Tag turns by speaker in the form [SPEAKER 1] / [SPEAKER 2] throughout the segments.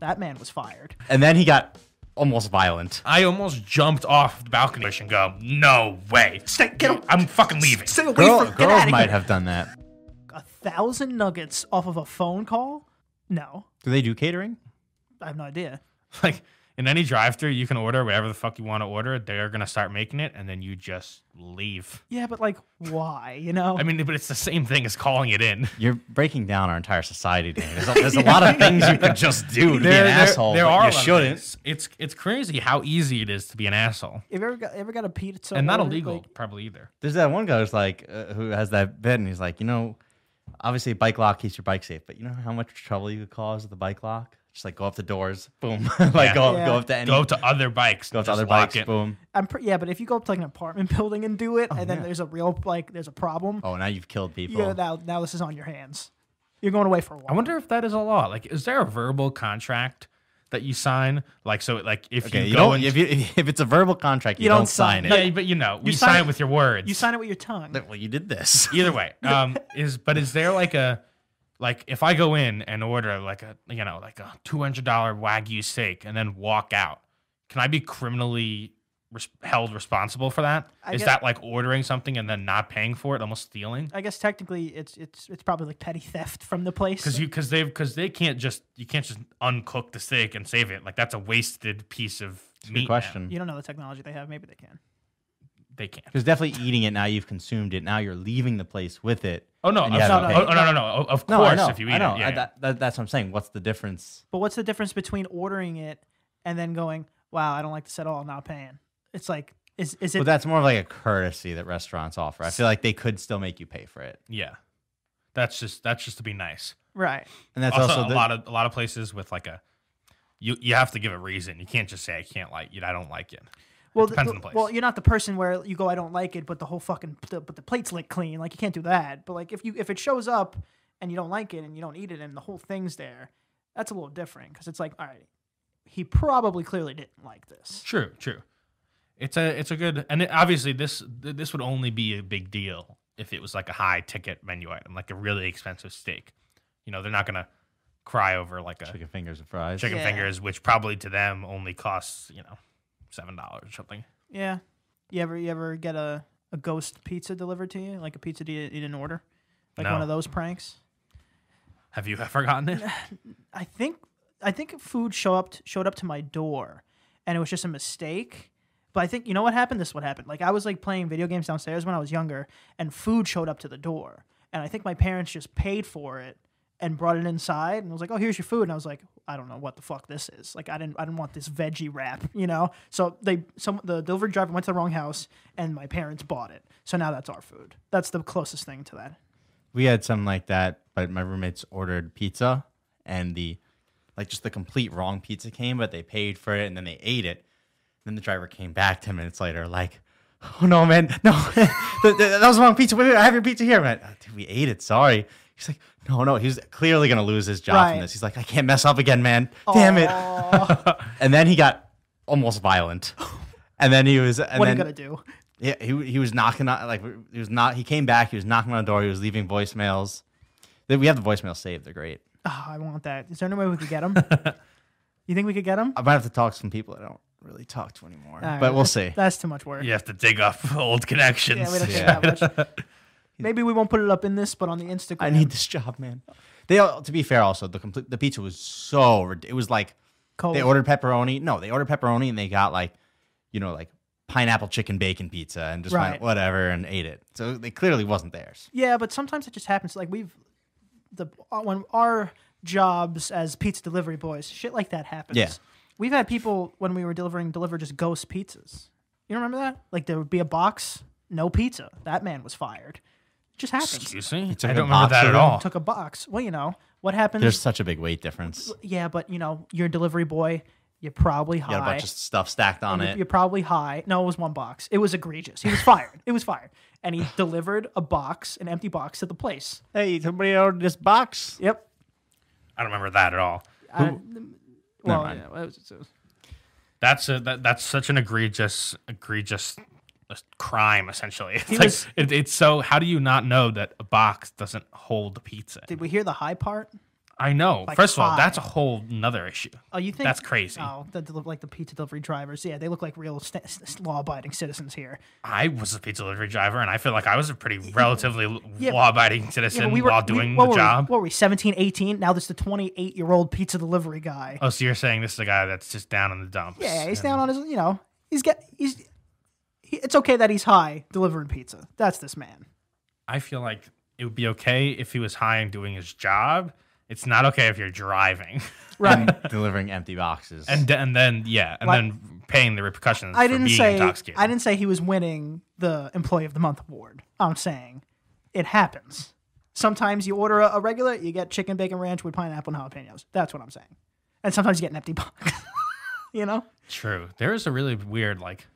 [SPEAKER 1] That man was fired.
[SPEAKER 2] And then he got almost violent.
[SPEAKER 3] I almost jumped off the balcony and go, no way.
[SPEAKER 4] Stay, get away.
[SPEAKER 3] I'm fucking leaving.
[SPEAKER 4] Stay away
[SPEAKER 2] Girl,
[SPEAKER 4] from. Get
[SPEAKER 2] girls
[SPEAKER 4] out of
[SPEAKER 2] might
[SPEAKER 4] here.
[SPEAKER 2] have done that.
[SPEAKER 1] A thousand nuggets off of a phone call? No,
[SPEAKER 2] Do they do catering?
[SPEAKER 1] I have no idea.
[SPEAKER 3] Like in any drive through you can order whatever the fuck you want to order. They're gonna start making it and then you just leave.
[SPEAKER 1] Yeah, but like, why? You know,
[SPEAKER 3] I mean, but it's the same thing as calling it in.
[SPEAKER 2] You're breaking down our entire society. Dan. There's a, there's a lot of things you could just do to be an asshole. but
[SPEAKER 3] a
[SPEAKER 2] you
[SPEAKER 3] lot of
[SPEAKER 2] shouldn't.
[SPEAKER 3] things. It's it's crazy how easy it is to be an asshole.
[SPEAKER 1] have you ever got ever got a pizza
[SPEAKER 3] and not
[SPEAKER 1] order?
[SPEAKER 3] illegal,
[SPEAKER 1] Like,
[SPEAKER 3] probably either.
[SPEAKER 2] There's that one guy who's like, uh, who has that bit, and he's like, you know, obviously bike lock keeps your bike safe, but you know how much trouble you could cause with a bike lock? Just like go up the doors, boom, like go,
[SPEAKER 1] Yeah.
[SPEAKER 2] go up to any,
[SPEAKER 3] Go to other bikes.
[SPEAKER 2] go up to
[SPEAKER 3] just
[SPEAKER 2] other
[SPEAKER 3] lock
[SPEAKER 2] bikes,
[SPEAKER 3] it.
[SPEAKER 2] boom.
[SPEAKER 1] I'm pre- yeah, but if you go up to like an apartment building and do
[SPEAKER 3] Oh,
[SPEAKER 1] it, and then
[SPEAKER 2] yeah.
[SPEAKER 1] there's a real like there's a problem.
[SPEAKER 2] Oh, now you've killed people.
[SPEAKER 1] Yeah, now now this is on your hands. You're going away for a while.
[SPEAKER 3] I wonder if that is a law. Like, is there a verbal contract that you sign? Like, so, like, if
[SPEAKER 2] okay,
[SPEAKER 3] you,
[SPEAKER 2] you,
[SPEAKER 3] go
[SPEAKER 2] don't.
[SPEAKER 3] and
[SPEAKER 2] If, you, if it's a verbal contract, you,
[SPEAKER 1] You
[SPEAKER 2] don't,
[SPEAKER 1] don't
[SPEAKER 2] sign
[SPEAKER 1] sign
[SPEAKER 2] it.
[SPEAKER 1] it.
[SPEAKER 3] yeah, but you know, you,
[SPEAKER 1] sign
[SPEAKER 3] sign
[SPEAKER 1] it-
[SPEAKER 3] it with your words.
[SPEAKER 1] you sign it with your tongue.
[SPEAKER 2] Like, Well, you did this.
[SPEAKER 3] Either way, um, is but is there like a like if I go in and order like a you know like a two hundred dollar wagyu steak and then walk out, can I be criminally res- held responsible for that? Is
[SPEAKER 1] I guess-
[SPEAKER 3] that like ordering something and then not paying for it, almost stealing?
[SPEAKER 1] I guess technically it's it's it's probably like petty theft from the place.
[SPEAKER 3] Because you because they because they can't just you can't just uncook the steak and save it. Like that's a wasted piece of
[SPEAKER 2] Good
[SPEAKER 3] meat. now.
[SPEAKER 2] question.
[SPEAKER 1] You don't know the technology they have. Maybe they can.
[SPEAKER 3] They can't.
[SPEAKER 2] Because definitely eating it now, you've consumed it. Now you're leaving the place with it.
[SPEAKER 3] Oh no!
[SPEAKER 2] And
[SPEAKER 3] of-
[SPEAKER 2] you
[SPEAKER 3] no,
[SPEAKER 2] have to
[SPEAKER 3] no, no,
[SPEAKER 2] pay.
[SPEAKER 3] oh, no, no, no! o- Of
[SPEAKER 2] No, I
[SPEAKER 3] course,
[SPEAKER 2] know.
[SPEAKER 3] if you eat
[SPEAKER 2] I know.
[SPEAKER 3] it, yeah,
[SPEAKER 2] I-
[SPEAKER 3] yeah.
[SPEAKER 2] that- that- that's what I'm saying. What's the difference?
[SPEAKER 1] But what's the difference between ordering it and then going, "Wow, I don't like this at all. Not paying." It's like, is is it?
[SPEAKER 2] But that's more of like a courtesy that restaurants offer. I feel like they could still make you pay for it,
[SPEAKER 3] yeah. That's just that's just to be nice.
[SPEAKER 1] right.
[SPEAKER 2] and that's
[SPEAKER 3] also,
[SPEAKER 2] also,
[SPEAKER 3] a
[SPEAKER 2] the,
[SPEAKER 3] lot of a lot of places with like a you you have to give a reason. You can't just say I can't like it. I don't like it.
[SPEAKER 1] Well,
[SPEAKER 3] depends
[SPEAKER 1] the,
[SPEAKER 3] on the place.
[SPEAKER 1] well, you're not the person where you go, "I don't like it," but the whole fucking the, but the plate's lick clean. Like you can't do that. But like if you if it shows up and you don't like it and you don't eat it and the whole thing's there, that's a little different because it's like, all right, he probably clearly didn't like this.
[SPEAKER 3] True, true. It's a it's a good and it, obviously this th- this would only be a big deal if it was like a high ticket menu item, like a really expensive steak. You know, they're not gonna cry over like a
[SPEAKER 2] chicken fingers and fries.
[SPEAKER 3] chicken
[SPEAKER 1] Yeah.
[SPEAKER 3] fingers, which probably to them only costs you know seven dollars or something.
[SPEAKER 1] Yeah. You ever you ever get a, a ghost pizza delivered to you? Like a pizza you, you didn't order? Like
[SPEAKER 3] No.
[SPEAKER 1] one of those pranks?
[SPEAKER 3] Have you ever gotten it?
[SPEAKER 1] I think I think food show up showed up to my door and it was just a mistake. But I think you know what happened? This is what happened. Like I was like playing video games downstairs when I was younger and food showed up to the door. And I think my parents just paid for it and brought it inside and was like, "Oh, here's your food." And I was like, "I don't know what the fuck this is. Like I didn't I didn't want this veggie wrap, you know?" So they some the delivery driver went to the wrong house and my parents bought it. So now that's our food. That's the closest thing to that.
[SPEAKER 2] we had something like that, but my roommates ordered pizza and the like just the complete wrong pizza came, but they paid for it and then they ate it. Then the driver came back 10 minutes later, like, oh no, man, no, that, that- that was the wrong pizza. Wait, wait, I have your pizza here, man. "Oh, dude, we ate it. Sorry. He's like, no, no, he's clearly going to lose his job
[SPEAKER 1] Right.
[SPEAKER 2] from this. He's like, I can't mess up again, man. Damn it. And then he got almost violent. And then he was, and
[SPEAKER 1] What are
[SPEAKER 2] then,
[SPEAKER 1] you going to do?
[SPEAKER 2] yeah, he he was knocking on like he was not. He came back. He was knocking on the door. He was leaving voicemails. Then We have the voicemails saved. They're great.
[SPEAKER 1] Oh, I want that. Is there any way we could get them? you think we could get them?
[SPEAKER 2] I might have to talk to some people I don't really talk to anymore.
[SPEAKER 1] All right,
[SPEAKER 2] but we'll
[SPEAKER 1] that's-
[SPEAKER 2] see.
[SPEAKER 1] That's too much work.
[SPEAKER 3] you have to dig up old connections.
[SPEAKER 1] Yeah, we don't
[SPEAKER 2] Yeah.
[SPEAKER 1] care that much. Maybe we won't put it up in this, but on the Instagram.
[SPEAKER 2] I need this job, man. They all- to be fair, also the complete the pizza was so rid- it was like
[SPEAKER 1] cold.
[SPEAKER 2] they ordered pepperoni. No, they ordered pepperoni and they got like you know like pineapple chicken bacon pizza and just
[SPEAKER 1] Right.
[SPEAKER 2] went whatever and ate it. So they clearly wasn't theirs.
[SPEAKER 1] Yeah, but sometimes it just happens. Like we've the uh, when our jobs as pizza delivery boys, shit like that happens.
[SPEAKER 2] Yeah.
[SPEAKER 1] We've had people when we were delivering deliver just ghost pizzas. You remember that? Like there would be a box, no pizza. That man was fired. It just happens.
[SPEAKER 3] Excuse me.
[SPEAKER 2] took
[SPEAKER 3] I
[SPEAKER 2] a
[SPEAKER 3] don't remember
[SPEAKER 2] box
[SPEAKER 3] that
[SPEAKER 2] of
[SPEAKER 3] at
[SPEAKER 2] them.
[SPEAKER 3] all.
[SPEAKER 1] Took a box. Well, you know what happens.
[SPEAKER 2] There's such a big weight difference.
[SPEAKER 1] yeah, but you know you're a delivery boy. You're probably high.
[SPEAKER 2] You got a bunch of stuff stacked on
[SPEAKER 1] You're-
[SPEAKER 2] it.
[SPEAKER 1] You're probably high. No, it was one box. It was egregious. He was fired. it was fired. And he delivered a box, an empty box, to the place.
[SPEAKER 2] Hey, somebody ordered this box.
[SPEAKER 1] Yep.
[SPEAKER 3] I don't remember that at all.
[SPEAKER 1] Well,
[SPEAKER 2] mind.
[SPEAKER 1] yeah, well, it was- it was-
[SPEAKER 3] That's a, that, that's such an egregious egregious uh, crime essentially. It's
[SPEAKER 1] He
[SPEAKER 3] like
[SPEAKER 1] was-
[SPEAKER 3] it, it's so how do you not know that a box doesn't hold the pizza?
[SPEAKER 1] did we hear the high part?
[SPEAKER 3] I know.
[SPEAKER 1] Like
[SPEAKER 3] First of all,
[SPEAKER 1] five.
[SPEAKER 3] that's a whole nother issue.
[SPEAKER 1] Oh, you think
[SPEAKER 3] That's crazy.
[SPEAKER 1] Oh, that look like the pizza delivery drivers. Yeah, they look like real st- s- law-abiding citizens here.
[SPEAKER 3] I was a pizza delivery driver, and I feel like I was a pretty relatively
[SPEAKER 1] Yeah, but-
[SPEAKER 3] law-abiding citizen
[SPEAKER 1] but
[SPEAKER 3] while doing
[SPEAKER 1] what
[SPEAKER 3] the
[SPEAKER 1] were we-
[SPEAKER 3] job.
[SPEAKER 1] what were we? 17, 18? Now this is the twenty-eight-year-old pizza delivery guy.
[SPEAKER 3] oh, so you're saying this is a guy that's just down in the dumps?
[SPEAKER 1] yeah, he's
[SPEAKER 3] and-
[SPEAKER 1] down on his. You know, he's get he's. He, it's okay that he's high delivering pizza. That's this man.
[SPEAKER 3] I feel like it would be okay if he was high and doing his job. It's not okay if you're driving,
[SPEAKER 1] Right.
[SPEAKER 2] delivering empty boxes.
[SPEAKER 3] and then, and then yeah, and
[SPEAKER 1] Why-
[SPEAKER 3] then paying the repercussions.
[SPEAKER 1] I
[SPEAKER 3] for
[SPEAKER 1] didn't
[SPEAKER 3] being
[SPEAKER 1] say
[SPEAKER 3] intoxicated.
[SPEAKER 1] I didn't say he was winning the Employee of the Month award. I'm saying it happens. Sometimes you order a, a regular, you get chicken bacon ranch with pineapple and jalapenos. That's what I'm saying. And sometimes you get an empty box. you know?
[SPEAKER 3] True. There is a really weird like,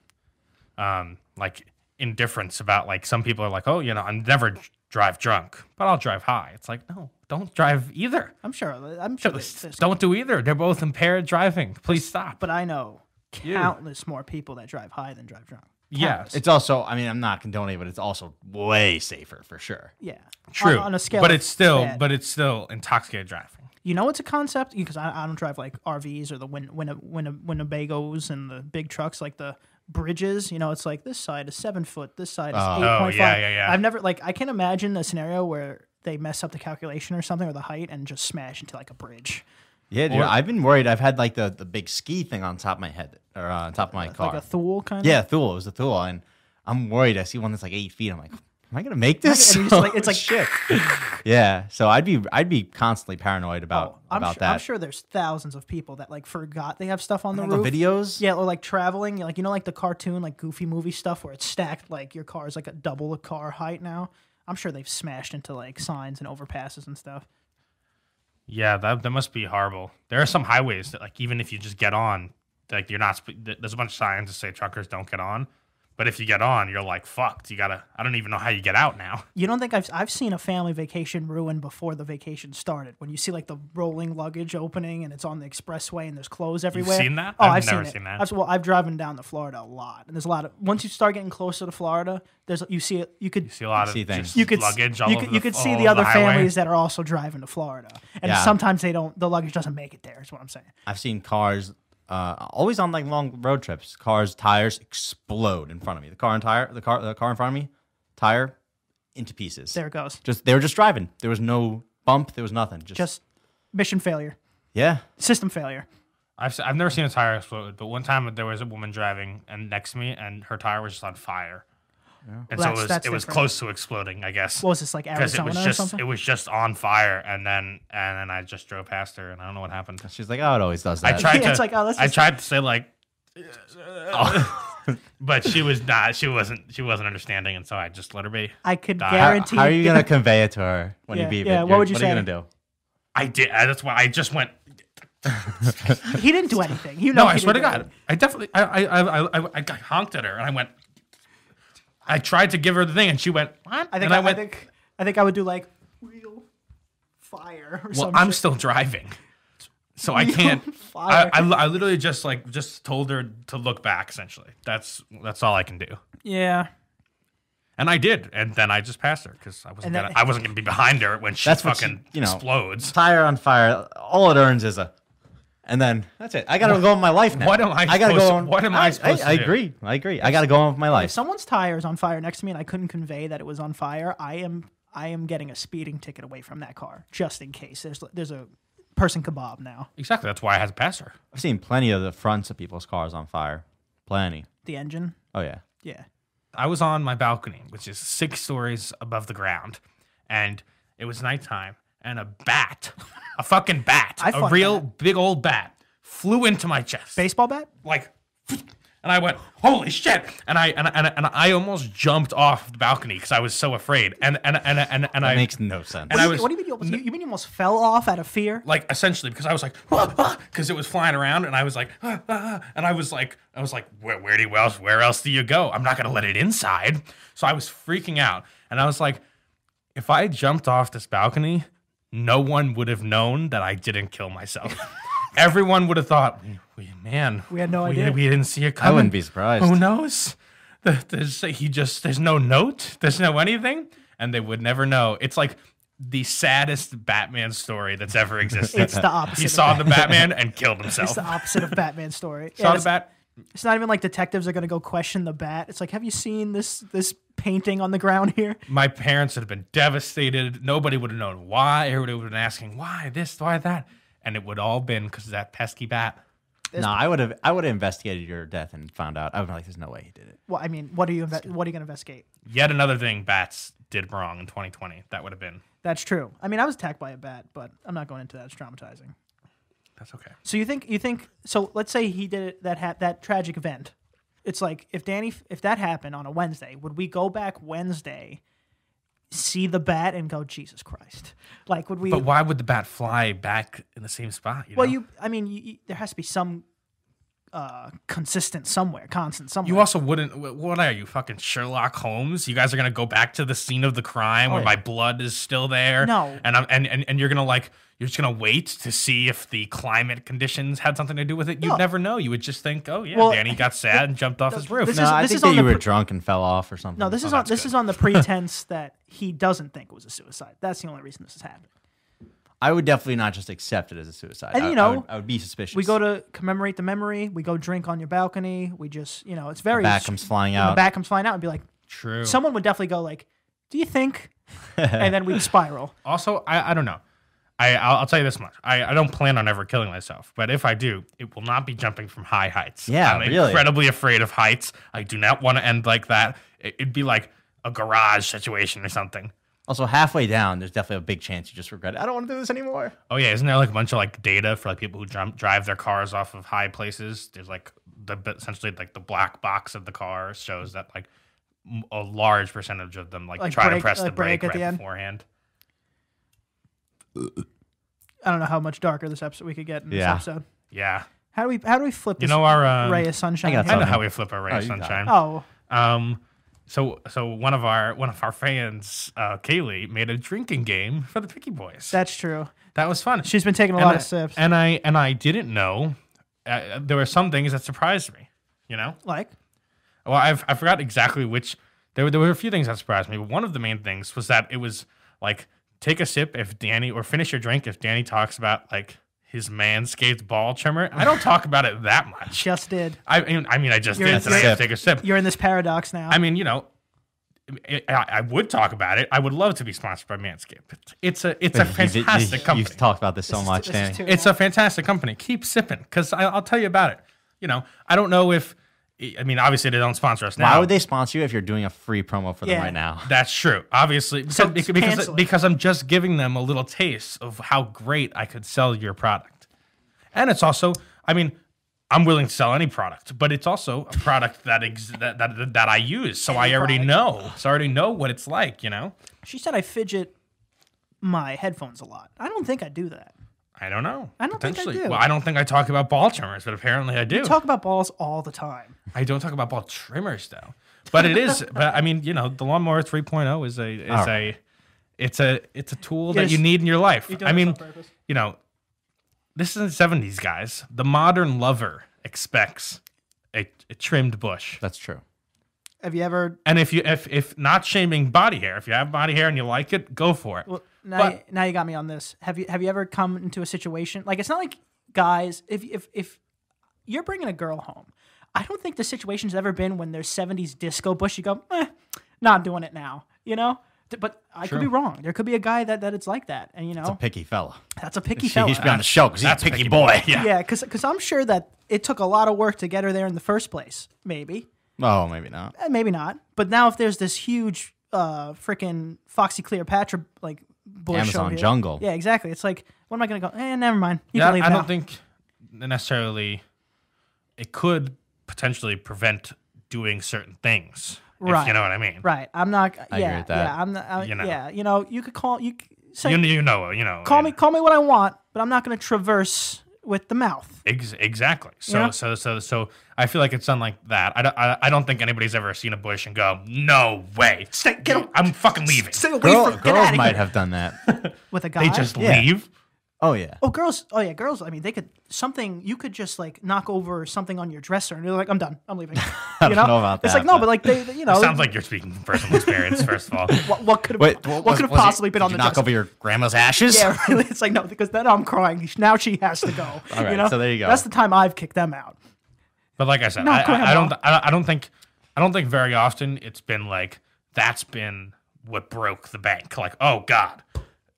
[SPEAKER 3] um, like indifference about like some people are like, oh, you know, I never dr- drive drunk, but I'll drive high. It's like no, don't drive either.
[SPEAKER 1] I'm sure. I'm sure. there's- there's-
[SPEAKER 3] Don't do either. They're both impaired driving. Please stop.
[SPEAKER 1] But I know countless more people that drive high than drive drunk.
[SPEAKER 3] yeah,
[SPEAKER 2] it's also, I mean, I'm not condoning, it, but it's also way safer for sure.
[SPEAKER 1] Yeah.
[SPEAKER 3] true.
[SPEAKER 1] On, on a scale,
[SPEAKER 3] but
[SPEAKER 1] of
[SPEAKER 3] it's still,
[SPEAKER 1] bad.
[SPEAKER 3] but it's still intoxicated driving.
[SPEAKER 1] you know it's a concept because I, I don't drive like RVs or the Win, Win, Win, Winnebagos and the big trucks like the bridges. You know, it's like this side is seven foot, this side is
[SPEAKER 2] Oh.
[SPEAKER 1] eight
[SPEAKER 3] Oh,
[SPEAKER 1] point five.
[SPEAKER 3] yeah, yeah, yeah.
[SPEAKER 1] I've never like I can't imagine a scenario where they mess up the calculation or something or the height and just smash into like a bridge,
[SPEAKER 2] Yeah, dude,
[SPEAKER 3] Or-
[SPEAKER 2] I've been worried. I've had like the, the big ski thing on top of my head or uh, on top of my car.
[SPEAKER 1] like a thule kind
[SPEAKER 2] yeah, Thule. It was a Thule, and I'm worried. I see one that's like eight feet. I'm like, am I gonna make
[SPEAKER 1] of.
[SPEAKER 2] this?
[SPEAKER 1] And you just, like, it's like
[SPEAKER 2] Shit. yeah. So I'd be I'd be constantly paranoid about
[SPEAKER 1] oh, I'm,
[SPEAKER 2] about
[SPEAKER 1] sure,
[SPEAKER 2] that.
[SPEAKER 1] I'm sure there's thousands of people that like forgot they have stuff on the
[SPEAKER 2] All
[SPEAKER 1] roof.
[SPEAKER 2] the videos.
[SPEAKER 1] Yeah, or like traveling, like you know, like the cartoon, like goofy movie stuff where it's stacked like your car is like a double a car height now. I'm sure they've smashed into like signs and overpasses and stuff.
[SPEAKER 3] Yeah, that, that must be horrible. There are some highways that, like, even if you just get on, like, you're not, sp- th- there's a bunch of signs that say truckers don't get on. But if you get on, you're like, fucked. You gotta, I don't even know how you get out now.
[SPEAKER 1] You don't think I've I've seen a family vacation ruined before the vacation started when you see like the rolling luggage opening and it's on the expressway and there's clothes everywhere.
[SPEAKER 3] seen that?
[SPEAKER 1] Oh,
[SPEAKER 3] I've
[SPEAKER 1] I've, seen,
[SPEAKER 3] never
[SPEAKER 1] it.
[SPEAKER 3] seen that.
[SPEAKER 1] I've, well, I've driven down to Florida a lot, and there's a lot of once you start getting closer to Florida, there's you see it. You could
[SPEAKER 3] You see a lot
[SPEAKER 2] See
[SPEAKER 3] of
[SPEAKER 2] things.
[SPEAKER 3] just
[SPEAKER 1] you could
[SPEAKER 3] luggage all
[SPEAKER 1] you
[SPEAKER 3] over
[SPEAKER 1] could, you could see
[SPEAKER 3] all
[SPEAKER 1] the
[SPEAKER 3] over
[SPEAKER 1] other
[SPEAKER 3] highway.
[SPEAKER 1] families that are also driving to Florida, and
[SPEAKER 2] Yeah.
[SPEAKER 1] sometimes they don't. The luggage doesn't make it there. Is what I'm saying.
[SPEAKER 2] I've seen cars uh, always on like long road trips. Cars tires explode in front of me. The car and tire, the car, the car in front of me, tire into pieces.
[SPEAKER 1] There it goes.
[SPEAKER 2] just they were just driving. There was no bump. There was nothing. Just,
[SPEAKER 1] Just mission failure,
[SPEAKER 2] yeah.
[SPEAKER 1] system failure.
[SPEAKER 3] I've, se- I've never seen a tire explode, but one time there was a woman driving and next to me, and her tire was just on fire. And
[SPEAKER 1] Well,
[SPEAKER 3] so it
[SPEAKER 1] that's-
[SPEAKER 3] was,
[SPEAKER 1] that's
[SPEAKER 3] it was
[SPEAKER 1] different.
[SPEAKER 3] close to exploding, I guess.
[SPEAKER 1] What was this like
[SPEAKER 3] because it
[SPEAKER 1] Arizona
[SPEAKER 3] was
[SPEAKER 1] or
[SPEAKER 3] just
[SPEAKER 1] something?
[SPEAKER 3] it was just on fire, and then and then I just drove past her, and I don't know what happened.
[SPEAKER 2] She's like, oh, it always does that.
[SPEAKER 3] I tried
[SPEAKER 1] Yeah,
[SPEAKER 3] to.
[SPEAKER 1] it's like, oh, that's
[SPEAKER 3] I
[SPEAKER 1] just- Oh.
[SPEAKER 3] tried to say like, but she was not. She wasn't. She wasn't understanding, and so I just let her be.
[SPEAKER 1] I could
[SPEAKER 3] How-
[SPEAKER 2] How-
[SPEAKER 1] guarantee.
[SPEAKER 2] How, are you gonna convey it to her when
[SPEAKER 1] Yeah,
[SPEAKER 2] you beep it?
[SPEAKER 1] yeah, what
[SPEAKER 2] You're-
[SPEAKER 1] would you
[SPEAKER 2] What are
[SPEAKER 1] say?
[SPEAKER 2] you gonna do?
[SPEAKER 3] I did. I, that's why I just went.
[SPEAKER 1] he didn't do anything. You know.
[SPEAKER 3] No,
[SPEAKER 1] he
[SPEAKER 3] I
[SPEAKER 1] didn't
[SPEAKER 3] swear to
[SPEAKER 1] do
[SPEAKER 3] God,
[SPEAKER 1] anything.
[SPEAKER 3] I definitely. I I, I I I I honked at her, and I went. I tried to give her the thing, and she went. What?
[SPEAKER 1] I think
[SPEAKER 3] and
[SPEAKER 1] I,
[SPEAKER 3] I went.
[SPEAKER 1] think I think I would do like real fire or
[SPEAKER 3] well,
[SPEAKER 1] something.
[SPEAKER 3] I'm still driving, so I
[SPEAKER 1] Real
[SPEAKER 3] can't. I,
[SPEAKER 1] fire.
[SPEAKER 3] I I literally just like just told her to look back. Essentially, that's that's all I can do.
[SPEAKER 1] yeah.
[SPEAKER 3] And I did, and then I just passed her because I wasn't
[SPEAKER 1] And then-
[SPEAKER 3] gonna, I wasn't gonna be behind her when she
[SPEAKER 2] That's what
[SPEAKER 3] fucking
[SPEAKER 2] she- you know.
[SPEAKER 3] explodes.
[SPEAKER 2] Tire on fire. All it earns is a, and then that's it. I gotta go on my life now.
[SPEAKER 3] what am I
[SPEAKER 2] I gotta
[SPEAKER 3] supposed
[SPEAKER 2] go
[SPEAKER 3] to-
[SPEAKER 2] on.
[SPEAKER 3] what am I supposed
[SPEAKER 2] I,
[SPEAKER 3] to do?
[SPEAKER 2] agree. I agree. I gotta go on with my
[SPEAKER 1] If
[SPEAKER 2] life.
[SPEAKER 1] someone's tire is on fire next to me and I couldn't convey that it was on fire, I am I am getting a speeding ticket away from that car just in case. There's there's a person kebab now.
[SPEAKER 3] Exactly. That's why I had to pass her.
[SPEAKER 2] I've seen plenty of the fronts of people's cars on fire. Plenty.
[SPEAKER 1] The engine.
[SPEAKER 2] Oh yeah.
[SPEAKER 1] Yeah.
[SPEAKER 3] I was on my balcony, which is six stories above the ground, and it was nighttime, and a bat, a fucking bat,
[SPEAKER 1] I
[SPEAKER 3] a
[SPEAKER 1] fought
[SPEAKER 3] real
[SPEAKER 1] that.
[SPEAKER 3] big old bat, flew into my chest.
[SPEAKER 1] Baseball bat?
[SPEAKER 3] like and I went, holy shit! And I and, I- and, I- and I almost jumped off the balcony because I was so afraid. And and and and and, and
[SPEAKER 2] That
[SPEAKER 3] I
[SPEAKER 2] makes no sense.
[SPEAKER 3] and I
[SPEAKER 1] What do
[SPEAKER 3] was
[SPEAKER 1] you- what do you mean you almost, you, you mean you almost fell off out of fear?
[SPEAKER 3] like essentially because I was like because it was flying around and I was like "Ah, ah, ah," and I was like I was like where where do you else where else do you go? I'm not gonna let it inside. So I was freaking out and I was like, if I jumped off this balcony, no one would have known that I didn't kill myself. Everyone would have thought, we, we- man,
[SPEAKER 1] We had no idea."
[SPEAKER 3] We didn't see it
[SPEAKER 2] I
[SPEAKER 3] coming.
[SPEAKER 2] wouldn't be surprised.
[SPEAKER 3] Who knows? The- There's he just there's no note. There's no anything, and they would never know. It's like the saddest Batman story that's ever existed.
[SPEAKER 1] It's the opposite.
[SPEAKER 3] he
[SPEAKER 1] of
[SPEAKER 3] saw
[SPEAKER 1] Bat-
[SPEAKER 3] the Batman and killed
[SPEAKER 1] It's
[SPEAKER 3] himself.
[SPEAKER 1] the opposite of Batman story. Yeah,
[SPEAKER 3] Saw the
[SPEAKER 1] it's,
[SPEAKER 3] Bat.
[SPEAKER 1] it's not even like detectives are gonna go question the bat. It's like, have you seen this this painting on the ground here?
[SPEAKER 3] My parents would have been devastated. Nobody would have known why. Everybody would have been asking why this, why that, and it would all been because of that pesky bat.
[SPEAKER 2] No, I would have. I would have investigated your death and found out. I would like, there's no way he did it.
[SPEAKER 1] Well, I mean, what are you inve- what are you gonna investigate?
[SPEAKER 3] Yet another thing bats did wrong in 2020. That would have been.
[SPEAKER 1] That's true. I mean, I was attacked by a bat, but I'm not going into that. It's traumatizing.
[SPEAKER 3] That's okay.
[SPEAKER 1] So you think you think so? Let's say he did it, that ha- that tragic event. It's like if Danny if that happened on a Wednesday, would we go back Wednesday, see the bat and go Jesus Christ? Like would we?
[SPEAKER 3] But why would the bat fly back in the same spot?
[SPEAKER 1] well, you I mean, you, you- there has to be some uh consistent somewhere, constant somewhere.
[SPEAKER 3] You also wouldn't. wh- What are you, fucking Sherlock Holmes? You guys are gonna go back to the scene of the crime where
[SPEAKER 2] yeah.
[SPEAKER 3] my blood is still there.
[SPEAKER 1] Oh, No.
[SPEAKER 3] and I'm and, and and you're gonna like you're just gonna wait to see if the climate conditions had something to do with it. You'd
[SPEAKER 1] No.
[SPEAKER 3] never know. You would just think, oh yeah,
[SPEAKER 1] Well,
[SPEAKER 3] Danny got sad and jumped off his roof.
[SPEAKER 1] this
[SPEAKER 2] No,
[SPEAKER 1] is-
[SPEAKER 2] I
[SPEAKER 1] this
[SPEAKER 2] think
[SPEAKER 1] is on
[SPEAKER 2] that you
[SPEAKER 1] the
[SPEAKER 2] were
[SPEAKER 1] pr-
[SPEAKER 2] drunk and fell off or something.
[SPEAKER 1] no, this is
[SPEAKER 3] Oh,
[SPEAKER 1] on
[SPEAKER 3] that's
[SPEAKER 1] this
[SPEAKER 3] good.
[SPEAKER 1] is on the pretense that he doesn't think it was a suicide. That's the only reason this is happening.
[SPEAKER 2] I would definitely not just accept it as a suicide.
[SPEAKER 1] And,
[SPEAKER 2] I-
[SPEAKER 1] you
[SPEAKER 2] I would-
[SPEAKER 1] know,
[SPEAKER 2] I would be suspicious.
[SPEAKER 1] We go to commemorate the memory. We go drink on your balcony. We just, you know, it's very
[SPEAKER 2] back comes flying
[SPEAKER 1] and the
[SPEAKER 2] out.
[SPEAKER 1] back comes flying out and be like,
[SPEAKER 3] True.
[SPEAKER 1] someone would definitely go like, "Do you think?" and then we'd spiral.
[SPEAKER 3] also, I I don't know. I I'll, I'll tell you this much. I, I don't plan on ever killing myself, but if I do, it will not be jumping from high heights.
[SPEAKER 2] Yeah,
[SPEAKER 3] I'm
[SPEAKER 2] really.
[SPEAKER 3] incredibly afraid of heights. I do not want to end like that. It, it'd be like a garage situation or something.
[SPEAKER 2] Also, halfway down, there's definitely a big chance you just regret it. I don't want to do this anymore.
[SPEAKER 3] Oh yeah, isn't there like a bunch of like data for like people who drum, drive their cars off of high places? There's like the but essentially like the black box of the car shows that like m- a large percentage of them like,
[SPEAKER 1] Like
[SPEAKER 3] try
[SPEAKER 1] brake-
[SPEAKER 3] to press
[SPEAKER 1] like
[SPEAKER 3] the brake,
[SPEAKER 1] brake at the
[SPEAKER 3] right
[SPEAKER 1] end?
[SPEAKER 3] beforehand.
[SPEAKER 1] I don't know how much darker this episode we could get in
[SPEAKER 2] Yeah.
[SPEAKER 1] this episode.
[SPEAKER 3] Yeah,
[SPEAKER 1] How do we how do we flip
[SPEAKER 3] you
[SPEAKER 1] this
[SPEAKER 3] know our um,
[SPEAKER 1] ray of sunshine?
[SPEAKER 2] I got
[SPEAKER 1] here?
[SPEAKER 3] I know
[SPEAKER 2] something.
[SPEAKER 3] how we flip a ray of
[SPEAKER 2] you got it.
[SPEAKER 3] sunshine.
[SPEAKER 1] Oh,
[SPEAKER 3] Um, so so one of our one of our fans, uh, Kaylee, made a drinking game for the Picky Boys. That,
[SPEAKER 1] that's true.
[SPEAKER 3] was fun.
[SPEAKER 1] She's been taking a lot of sips.
[SPEAKER 3] and I and I didn't know uh, there were some things that surprised me. You know.
[SPEAKER 1] like,
[SPEAKER 3] Well, I've, I forgot exactly which. There were, there were a few things that surprised me. One of the main things was that it was like take a sip if Danny or finish your drink if Danny talks about like his manscaped ball trimmer. I don't talk about it that much.
[SPEAKER 1] just did.
[SPEAKER 3] I mean, I mean, I just
[SPEAKER 1] You're
[SPEAKER 3] did.
[SPEAKER 1] a
[SPEAKER 3] so I have to
[SPEAKER 2] sip.
[SPEAKER 3] take a sip.
[SPEAKER 1] You're in this paradox now.
[SPEAKER 3] I mean, you know, I, I I would talk about it. I would love to be sponsored by Manscaped. It's a it's a fantastic company.
[SPEAKER 2] You've talked about this so
[SPEAKER 1] This is-
[SPEAKER 2] much,
[SPEAKER 1] this is
[SPEAKER 2] Danny.
[SPEAKER 1] too-
[SPEAKER 3] It's a fantastic company. Keep sipping because I'll tell you about it. You know, I don't know if I mean obviously they don't sponsor us now.
[SPEAKER 2] Why would they sponsor you if you're doing a free promo for them
[SPEAKER 1] Yeah.
[SPEAKER 2] right now?
[SPEAKER 3] That's true. Obviously, because,
[SPEAKER 1] So
[SPEAKER 3] because,
[SPEAKER 1] just
[SPEAKER 3] because,
[SPEAKER 1] cancel it.
[SPEAKER 3] because I'm just giving them a little taste of how great I could sell your product. And it's also, I mean, I'm willing to sell any product, but it's also a product that ex- that, that that I use, so I already know. So I already know what it's like, you know.
[SPEAKER 1] she said I fidget my headphones a lot. I don't think I do that.
[SPEAKER 3] I don't know.
[SPEAKER 1] I don't think I
[SPEAKER 3] Potentially.
[SPEAKER 1] do.
[SPEAKER 3] Well, I don't think I talk about ball trimmers, but apparently I do.
[SPEAKER 1] Talk about balls all the time.
[SPEAKER 3] I don't talk about ball trimmers though. But it is. but I mean, you know, the lawnmower 3.0 is a is
[SPEAKER 2] All
[SPEAKER 3] a it's a it's a tool that
[SPEAKER 1] Yes.
[SPEAKER 3] you need in your life.
[SPEAKER 1] doing
[SPEAKER 3] I
[SPEAKER 1] this
[SPEAKER 3] mean,
[SPEAKER 1] on purpose.
[SPEAKER 3] you know, this is the 70s guys. The modern lover expects a, a trimmed bush.
[SPEAKER 2] That's true.
[SPEAKER 1] Have you ever?
[SPEAKER 3] And if you if if not shaming body hair, if you have body hair and you like it, go for it.
[SPEAKER 1] Well, now,
[SPEAKER 3] But-
[SPEAKER 1] you, now you got me on this. Have you have you ever come into a situation like it's not like guys if if if you're bringing a girl home, I don't think the situation's ever been when there's '70s disco bush. You go, eh, not doing it now, you know. D- But I could be wong. There could be a guy that that it's like that, and you know
[SPEAKER 2] Picky fella.
[SPEAKER 1] that's a picky
[SPEAKER 2] He
[SPEAKER 1] fella.
[SPEAKER 2] should be on the show because he's a
[SPEAKER 3] That's
[SPEAKER 2] picky, boy.
[SPEAKER 3] Yeah.
[SPEAKER 1] yeah, because I'm sure that it took a lot of work to get her there in the first place. Maybe,
[SPEAKER 2] Oh, maybe not.
[SPEAKER 1] Eh, maybe not. But now if there's this huge, uh, freaking Foxy Cleopatra like bush over
[SPEAKER 2] Amazon
[SPEAKER 1] here-
[SPEAKER 2] jungle.
[SPEAKER 1] Yeah, exactly. It's like, what am I gonna go? Eh, never mind. You
[SPEAKER 3] Yeah,
[SPEAKER 1] can leave
[SPEAKER 3] I
[SPEAKER 1] now.
[SPEAKER 3] don't think necessarily it could potentially prevent doing certain things. If
[SPEAKER 1] Right.
[SPEAKER 3] you know what I mean.
[SPEAKER 1] Right. I'm not. Yeah.
[SPEAKER 2] agree with that.
[SPEAKER 1] Yeah. I'm not. I,
[SPEAKER 3] You know.
[SPEAKER 1] Yeah. You know. You could call. You c- say
[SPEAKER 3] You, kn- you know, you know.
[SPEAKER 1] call me. Call me what I want, but I'm not gonna traverse with the mouth.
[SPEAKER 3] Ex- exactly. So,
[SPEAKER 1] Yeah.
[SPEAKER 3] so, so, so I feel like it's something like that. I don't, I, I don't think anybody's ever seen a bush and go, no way.
[SPEAKER 1] Stay- get a-
[SPEAKER 3] I'm fucking leaving.
[SPEAKER 1] away
[SPEAKER 2] Girl, girls might have done that.
[SPEAKER 1] with a guy.
[SPEAKER 3] They just
[SPEAKER 2] Yeah.
[SPEAKER 3] leave.
[SPEAKER 2] Oh yeah.
[SPEAKER 1] Oh, girls. Oh yeah, girls. I mean, they could something. You could just like knock over something on your dresser, and you're like, "I'm done. I'm leaving." You
[SPEAKER 2] I don't know about
[SPEAKER 1] It's
[SPEAKER 2] that,
[SPEAKER 1] like no,
[SPEAKER 2] but-
[SPEAKER 1] but like they, they- you know,
[SPEAKER 3] It sounds like you're speaking from personal experience, first of all.
[SPEAKER 1] what, what could have
[SPEAKER 2] Wait,
[SPEAKER 1] what,
[SPEAKER 2] was-
[SPEAKER 1] could have
[SPEAKER 2] was it-
[SPEAKER 1] possibly been
[SPEAKER 2] did
[SPEAKER 1] on
[SPEAKER 2] you
[SPEAKER 1] the
[SPEAKER 2] knock
[SPEAKER 1] dresser?
[SPEAKER 2] over your grandma's ashes?
[SPEAKER 1] Yeah, really. It's like no, because then I'm crying. Now she has to go.
[SPEAKER 2] All right,
[SPEAKER 1] you know?
[SPEAKER 2] so there you go.
[SPEAKER 1] That's the time I've kicked them out.
[SPEAKER 3] But like I said,
[SPEAKER 1] No,
[SPEAKER 3] I,
[SPEAKER 1] go ahead,
[SPEAKER 3] I, I don't,
[SPEAKER 1] Bob.
[SPEAKER 3] I, don't- I don't think, I don't think very often it's been like that's been what broke the bank. Like, oh God,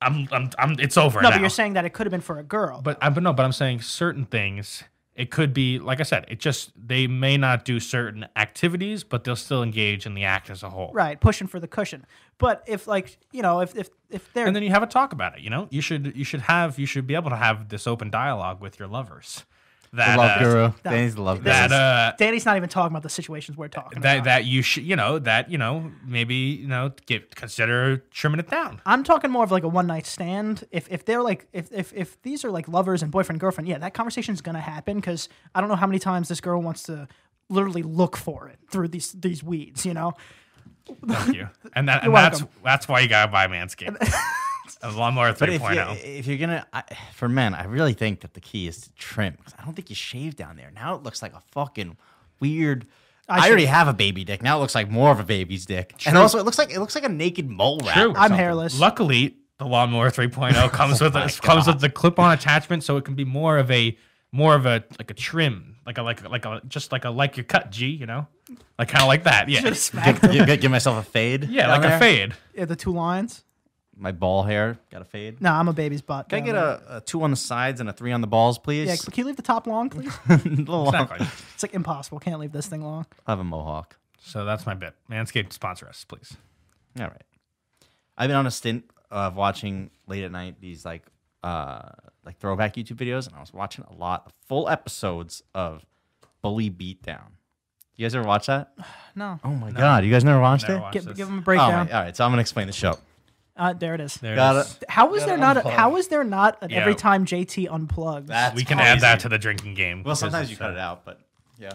[SPEAKER 3] I'm, I'm, I'm it's over
[SPEAKER 1] No,
[SPEAKER 3] now.
[SPEAKER 1] but you're saying that it could have been for a girl.
[SPEAKER 3] But I, but no, but I'm saying certain things. It could be, like I said, it just they may not do certain activities, but they'll still engage in the act as a whole.
[SPEAKER 1] right, pushing for the cushion. But if like you know, if if if they're
[SPEAKER 3] And then you have a talk about it. You know, you should, you should have, you should be able to have this open dialogue with your lovers. That
[SPEAKER 2] The love
[SPEAKER 3] uh,
[SPEAKER 2] guru. Danny's the love
[SPEAKER 3] that
[SPEAKER 2] guru.
[SPEAKER 3] uh,
[SPEAKER 1] Danny's not even talking about the situations we're talking
[SPEAKER 3] that
[SPEAKER 1] about.
[SPEAKER 3] that you should, you know, that you know, maybe you know, get consider trimming it down.
[SPEAKER 1] I'm talking more of like a one night stand. If if they're like if if if these are like lovers and boyfriend girlfriend, yeah, that conversation's gonna happen because I don't know how many times this girl wants to literally look for it through these these weeds. You know,
[SPEAKER 3] Thank you. And, that,
[SPEAKER 1] You're
[SPEAKER 3] and that's
[SPEAKER 1] welcome.
[SPEAKER 3] that's why you gotta buy Manscaped. a lawnmower oh.
[SPEAKER 2] But if, you,
[SPEAKER 3] 3.0.
[SPEAKER 2] if you're gonna, I, for men, I really think that the key is to trim. 'cause I don't think you shave down there. Now it looks like a fucking weird. I,
[SPEAKER 1] shave.
[SPEAKER 2] already have a baby dick. Now it looks like more of a baby's dick, and also it looks like it looks like a naked mole rat.
[SPEAKER 3] True.
[SPEAKER 2] or
[SPEAKER 1] I'm
[SPEAKER 2] something.
[SPEAKER 1] hairless.
[SPEAKER 3] Luckily, the lawnmower 3.0 comes with
[SPEAKER 2] Oh my
[SPEAKER 3] a, comes with the clip-on attachment, so it can be more of a more of a like a trim, like a like a, like a just like a like your cut G, you know, like kind of like that. Yeah,
[SPEAKER 1] Just smack
[SPEAKER 2] Give,
[SPEAKER 1] the,
[SPEAKER 2] give, give myself a fade.
[SPEAKER 3] yeah,
[SPEAKER 2] down
[SPEAKER 3] like
[SPEAKER 2] there.
[SPEAKER 3] a fade.
[SPEAKER 1] yeah, the two lines.
[SPEAKER 2] My ball hair got a fade.
[SPEAKER 1] No, I'm a baby's butt.
[SPEAKER 2] Can I
[SPEAKER 1] down
[SPEAKER 2] get
[SPEAKER 1] there.
[SPEAKER 2] a, a two on the sides and a three on the balls, please?
[SPEAKER 1] Yeah, but can you leave the top long, please?
[SPEAKER 2] A little long.
[SPEAKER 3] Exactly.
[SPEAKER 1] it's like impossible. Can't leave this thing long.
[SPEAKER 2] I have a mohawk.
[SPEAKER 3] so that's my bit. Manscaped sponsor us, please.
[SPEAKER 2] All right. I've been on a stint of watching late at night these like uh like throwback YouTube videos, and I was watching a lot of full episodes of Bully Beatdown. You guys ever watch that?
[SPEAKER 1] No,
[SPEAKER 2] Oh my god, you guys never watched
[SPEAKER 3] Never
[SPEAKER 2] it?
[SPEAKER 3] watched
[SPEAKER 1] give,
[SPEAKER 3] this.
[SPEAKER 1] give him a
[SPEAKER 2] Oh,
[SPEAKER 1] breakdown.
[SPEAKER 2] my- all right, so I'm gonna explain the show.
[SPEAKER 1] uh, there it is.
[SPEAKER 3] There
[SPEAKER 2] Got
[SPEAKER 3] it. is.
[SPEAKER 1] How is
[SPEAKER 2] Gotta
[SPEAKER 1] there not a,
[SPEAKER 2] unplug.
[SPEAKER 1] how is there not an
[SPEAKER 3] Yeah.
[SPEAKER 1] every time JT unplugs?
[SPEAKER 2] That's
[SPEAKER 3] We can
[SPEAKER 2] crazy.
[SPEAKER 3] add that to the drinking game.
[SPEAKER 2] Well,
[SPEAKER 3] because
[SPEAKER 2] sometimes you
[SPEAKER 3] it's,
[SPEAKER 2] cut
[SPEAKER 3] uh,
[SPEAKER 2] it out, but yeah,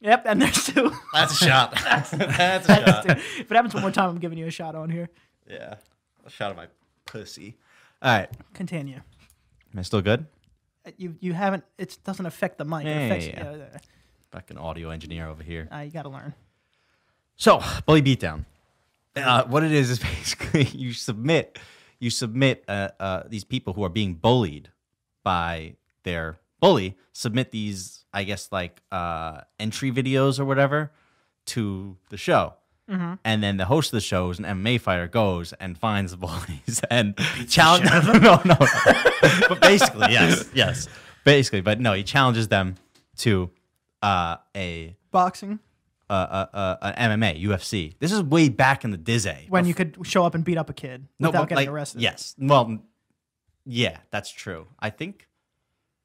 [SPEAKER 1] yep, and there's two.
[SPEAKER 2] that's a shot. that's a
[SPEAKER 1] That's
[SPEAKER 2] shot.
[SPEAKER 1] two. If it happens one more time, I'm giving you a shot on here.
[SPEAKER 2] Yeah, a shot of my pussy. All right,
[SPEAKER 1] Continue.
[SPEAKER 2] am I still good?
[SPEAKER 1] Uh, You you haven't. It doesn't affect the mic.
[SPEAKER 2] Yeah,
[SPEAKER 1] it affects,
[SPEAKER 2] yeah, yeah.
[SPEAKER 1] yeah,
[SPEAKER 2] Fucking audio engineer over here.
[SPEAKER 1] yeah. Uh, you got to learn.
[SPEAKER 2] So bully beatdown. Uh, what it is is basically you submit, you submit uh, uh, these people who are being bullied by their bully. Submit these, I guess, like uh, entry videos or whatever to the show. And then the host of the show, who's an MMA fighter, goes and finds the bullies and challenges. No, no, no. but basically, yes, yes, basically. But no, he challenges them to uh, a
[SPEAKER 1] Boxing
[SPEAKER 2] uh, uh, uh, an MMA, UFC. This is way back in the dizzy.
[SPEAKER 1] when you could show up and beat up a kid without
[SPEAKER 2] but,
[SPEAKER 1] getting
[SPEAKER 2] like,
[SPEAKER 1] arrested.
[SPEAKER 2] Yes. Well, yeah, that's true. I think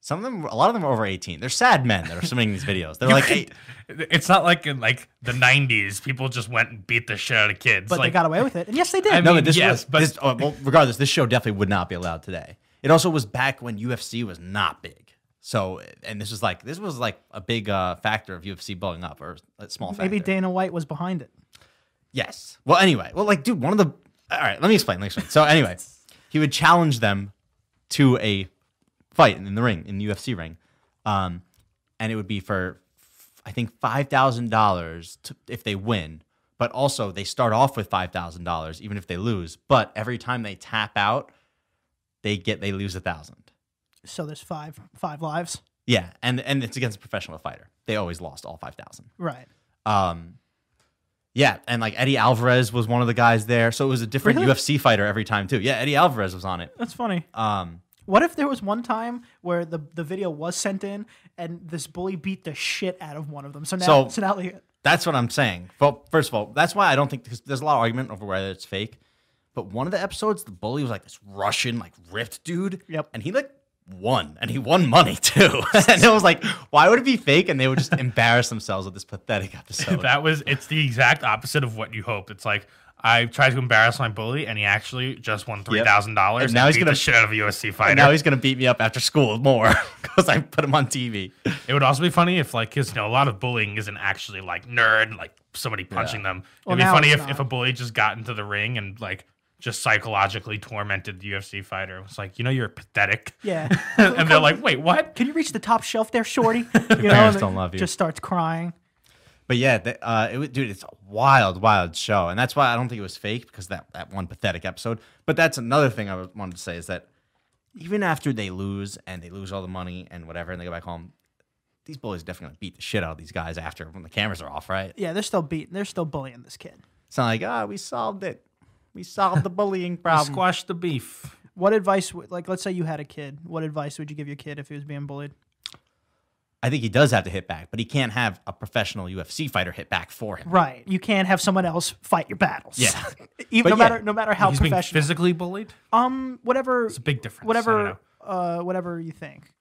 [SPEAKER 2] some of them, a lot of them are over 18. They're sad men that are submitting these videos. They're like, hey,
[SPEAKER 3] uh, It's not like in like the '90s. People just went and beat the shit out of kids.
[SPEAKER 1] but
[SPEAKER 3] like,
[SPEAKER 1] they got away with it, and yes, they did.
[SPEAKER 3] I
[SPEAKER 2] no,
[SPEAKER 3] mean,
[SPEAKER 2] but this
[SPEAKER 3] yes,
[SPEAKER 2] was,
[SPEAKER 3] but-
[SPEAKER 2] this, oh, well, regardless, this show definitely would not be allowed today. It also was back when UFC was not big. So, and this was like, this was like a big uh, factor of UFC blowing up or a small factor.
[SPEAKER 1] Maybe Dana White was behind it.
[SPEAKER 2] Yes. Well, anyway, well, like, dude, one of the. All right, let me explain. Let me explain. So, anyway, he would challenge them to a fight in the ring, in the UFC ring, um, and it would be for, I think, five thousand dollars if they win. But also, they start off with five thousand dollars, even if they lose. But every time they tap out, they get they lose a thousand.
[SPEAKER 1] So there's five five lives.
[SPEAKER 2] Yeah, and and it's against a professional fighter. They always lost all five thousand.
[SPEAKER 1] Right.
[SPEAKER 2] Um, yeah, and like Eddie Alvarez was one of the guys there, so it was a different
[SPEAKER 1] Really?
[SPEAKER 2] UFC fighter every time too. Yeah, Eddie Alvarez was on it.
[SPEAKER 1] That's funny.
[SPEAKER 2] Um,
[SPEAKER 1] What if there was one time where the, the video was sent in and this bully beat the shit out of one of them? So now, so,
[SPEAKER 2] So-
[SPEAKER 1] now like,
[SPEAKER 2] that's what I'm saying. Well, first of all, that's why I don't think because there's a lot of argument over whether it's fake. But one of the episodes, the bully was like this Russian, like ripped dude.
[SPEAKER 1] Yep.
[SPEAKER 2] and he like won, and he won money too. and it was like, why would it be fake? And they would just embarrass themselves with this pathetic episode.
[SPEAKER 3] That was it's the exact opposite of what you hope. It's like I tried to embarrass my bully and he actually just won three thousand dollars.
[SPEAKER 2] And
[SPEAKER 3] And
[SPEAKER 2] now
[SPEAKER 3] now
[SPEAKER 2] he's
[SPEAKER 3] beat
[SPEAKER 2] gonna-
[SPEAKER 3] the shit out of a USC fighter.
[SPEAKER 2] and now he's gonna beat me up after school more because I put him on TV.
[SPEAKER 3] it would also be funny if like because you know a lot of bullying isn't actually like nerd like somebody punching them. It'd
[SPEAKER 1] Well,
[SPEAKER 3] be
[SPEAKER 1] now
[SPEAKER 3] funny
[SPEAKER 1] it's
[SPEAKER 3] if,
[SPEAKER 1] not.
[SPEAKER 3] if a bully just got into the ring and like just psychologically tormented the UFC fighter. It was like, you know, you're pathetic.
[SPEAKER 1] Yeah.
[SPEAKER 3] and they're like, wait, what?
[SPEAKER 1] Can you reach the top shelf there, shorty? You
[SPEAKER 2] parents
[SPEAKER 1] and
[SPEAKER 2] don't love you.
[SPEAKER 1] Just starts crying.
[SPEAKER 2] But yeah, th- uh, it was, dude, it's a wild, wild show, and that's why I don't think it was fake because that that one pathetic episode. But that's another thing I was- wanted to say is that even after they lose and they lose all the money and whatever, and they go back home, these bullies definitely beat the shit out of these guys after when the cameras are off, right?
[SPEAKER 1] Yeah, they're still beating. They're still bullying this kid.
[SPEAKER 2] It's not like ah, we solved it, we solved the bullying
[SPEAKER 1] Um,
[SPEAKER 2] problem.
[SPEAKER 3] Squash the beef.
[SPEAKER 1] What advice? would Like, let's say you had a kid. What advice would you give your kid if he was being bullied?
[SPEAKER 2] I think he does have to hit back, but he can't have a professional UFC fighter hit back for him.
[SPEAKER 1] Right. You can't have someone else fight your battles.
[SPEAKER 2] Yeah.
[SPEAKER 1] Even, no
[SPEAKER 2] But yeah,
[SPEAKER 1] matter no matter how
[SPEAKER 3] He's being
[SPEAKER 1] professional.
[SPEAKER 3] physically bullied.
[SPEAKER 1] um. Whatever.
[SPEAKER 3] It's a big difference. I don't
[SPEAKER 1] Whatever.
[SPEAKER 3] know.
[SPEAKER 1] Uh. Whatever you think.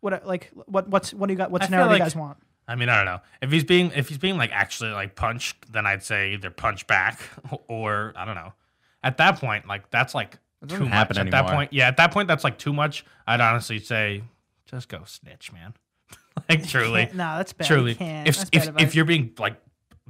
[SPEAKER 1] What like what what's what do you got? What
[SPEAKER 3] I feel
[SPEAKER 1] scenario do you
[SPEAKER 3] like-
[SPEAKER 1] guys want?
[SPEAKER 3] I mean, I don't know. If he's being if he's being like actually like punched, then I'd say either punch back or I don't know. At that point, like that's like
[SPEAKER 2] doesn't
[SPEAKER 3] too much.
[SPEAKER 2] happen
[SPEAKER 3] At that
[SPEAKER 2] anymore.
[SPEAKER 3] point, yeah, at that point that's like too much. I'd honestly say just go snitch, man. like truly.
[SPEAKER 1] Nah, that's bad. You
[SPEAKER 3] Truly.
[SPEAKER 1] can't.
[SPEAKER 3] If
[SPEAKER 1] That's bad
[SPEAKER 3] if
[SPEAKER 1] advice.
[SPEAKER 3] if you're being like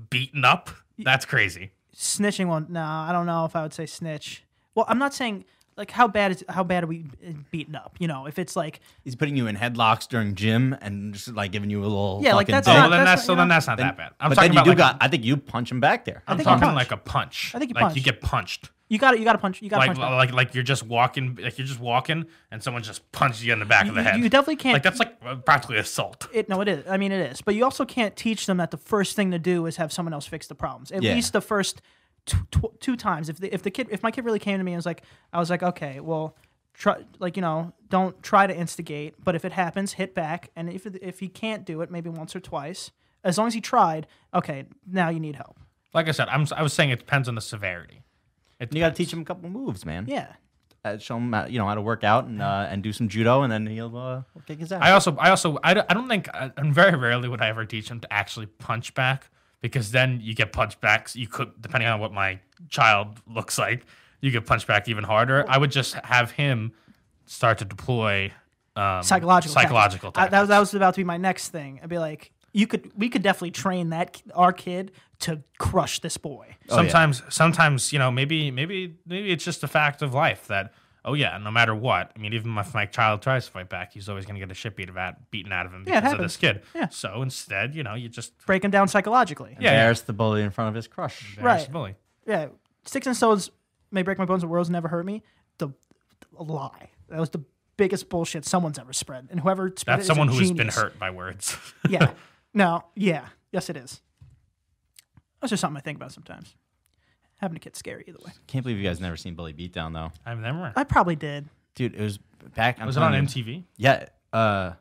[SPEAKER 3] beaten up, that's crazy.
[SPEAKER 1] snitching one no i don't know if i would say snitch well i'm not saying like how bad is how bad are we uh, beaten up you know if it's like
[SPEAKER 2] He's putting you in headlocks during gym and just like giving you a little
[SPEAKER 1] Yeah, like,
[SPEAKER 2] fucking
[SPEAKER 1] that's
[SPEAKER 2] dig.
[SPEAKER 3] Oh,
[SPEAKER 1] not-
[SPEAKER 3] well, then that's,
[SPEAKER 1] not-
[SPEAKER 3] so
[SPEAKER 1] you
[SPEAKER 3] then
[SPEAKER 1] know.
[SPEAKER 3] that's not that bad. I'm
[SPEAKER 2] but
[SPEAKER 3] talking
[SPEAKER 2] then you
[SPEAKER 3] about
[SPEAKER 2] do
[SPEAKER 3] like
[SPEAKER 2] got.
[SPEAKER 3] a,
[SPEAKER 2] I think you punch him back there.
[SPEAKER 3] I'm
[SPEAKER 1] think you
[SPEAKER 3] talking
[SPEAKER 1] punch.
[SPEAKER 3] like a punch.
[SPEAKER 1] I think you
[SPEAKER 3] like you
[SPEAKER 1] punch.
[SPEAKER 3] get punched.
[SPEAKER 1] you gotta you gotta punch you gotta
[SPEAKER 3] Like,
[SPEAKER 1] punch back.
[SPEAKER 3] like like you're just walking like you're just walking and someone just punches you in the back of the
[SPEAKER 1] You-
[SPEAKER 3] head.
[SPEAKER 1] you definitely can't
[SPEAKER 3] like that's like uh, practically assault.
[SPEAKER 1] it no it is i mean it is but you also can't teach them that the first thing to do is have someone else fix the problems at
[SPEAKER 2] Yeah.
[SPEAKER 1] least the first tw- tw- two times if the, if the kid if my kid really came to me and was like i was like okay well try like you know don't try to instigate but if it happens hit back and if it- if he can't do it maybe once or twice as long as he tried okay now you need help
[SPEAKER 3] Like I said, I'm I was saying it depends on the severity. It
[SPEAKER 2] You got to teach him a couple moves, man.
[SPEAKER 1] yeah
[SPEAKER 2] Uh, show him, uh, you know, how to work out and uh, and do some judo, and then he'll uh, he'll kick his ass.
[SPEAKER 3] I also I also I, don't- I don't think I, and very rarely would I ever teach him to actually punch back because then you get punched back. so You could depending on what my child looks like, you get punched back even harder. I would just have him start to deploy um,
[SPEAKER 1] psychological
[SPEAKER 3] psychological.
[SPEAKER 1] tactics. I- that, was-
[SPEAKER 3] tactics.
[SPEAKER 1] that was about to be my next thing. I'd be like, you could we could definitely train that ki- our kid to crush this boy.
[SPEAKER 2] Oh, yeah.
[SPEAKER 3] sometimes sometimes you know maybe maybe maybe it's just a fact of life that oh yeah no matter what i mean even if my child tries to fight back he's always going to get a shit beat of at, beaten out of him
[SPEAKER 1] Yeah, it
[SPEAKER 3] because of this kid
[SPEAKER 1] Yeah.
[SPEAKER 3] so instead you know you just
[SPEAKER 1] Break him down psychologically.
[SPEAKER 3] yeah, yeah.
[SPEAKER 2] Embarrass the bully in front of his crush.
[SPEAKER 3] embarrass
[SPEAKER 1] Right.
[SPEAKER 3] the bully
[SPEAKER 1] Yeah. Sticks and stones may break my bones, but words never hurt me. The, a lie. That was the biggest bullshit someone's ever spread, and whoever spread it
[SPEAKER 3] that's
[SPEAKER 1] is
[SPEAKER 3] someone
[SPEAKER 1] a
[SPEAKER 3] who's been
[SPEAKER 1] genius.
[SPEAKER 3] hurt by words
[SPEAKER 1] yeah. No. Yeah. Yes, it is. That's just something I think about sometimes. Having a kid's scary either way.
[SPEAKER 2] Can't believe you guys never seen Bully Beatdown though,
[SPEAKER 3] i've never
[SPEAKER 1] I probably did.
[SPEAKER 2] dude. It was back. I'm
[SPEAKER 3] was it on
[SPEAKER 2] telling you-
[SPEAKER 3] mtv
[SPEAKER 2] Yeah, uh,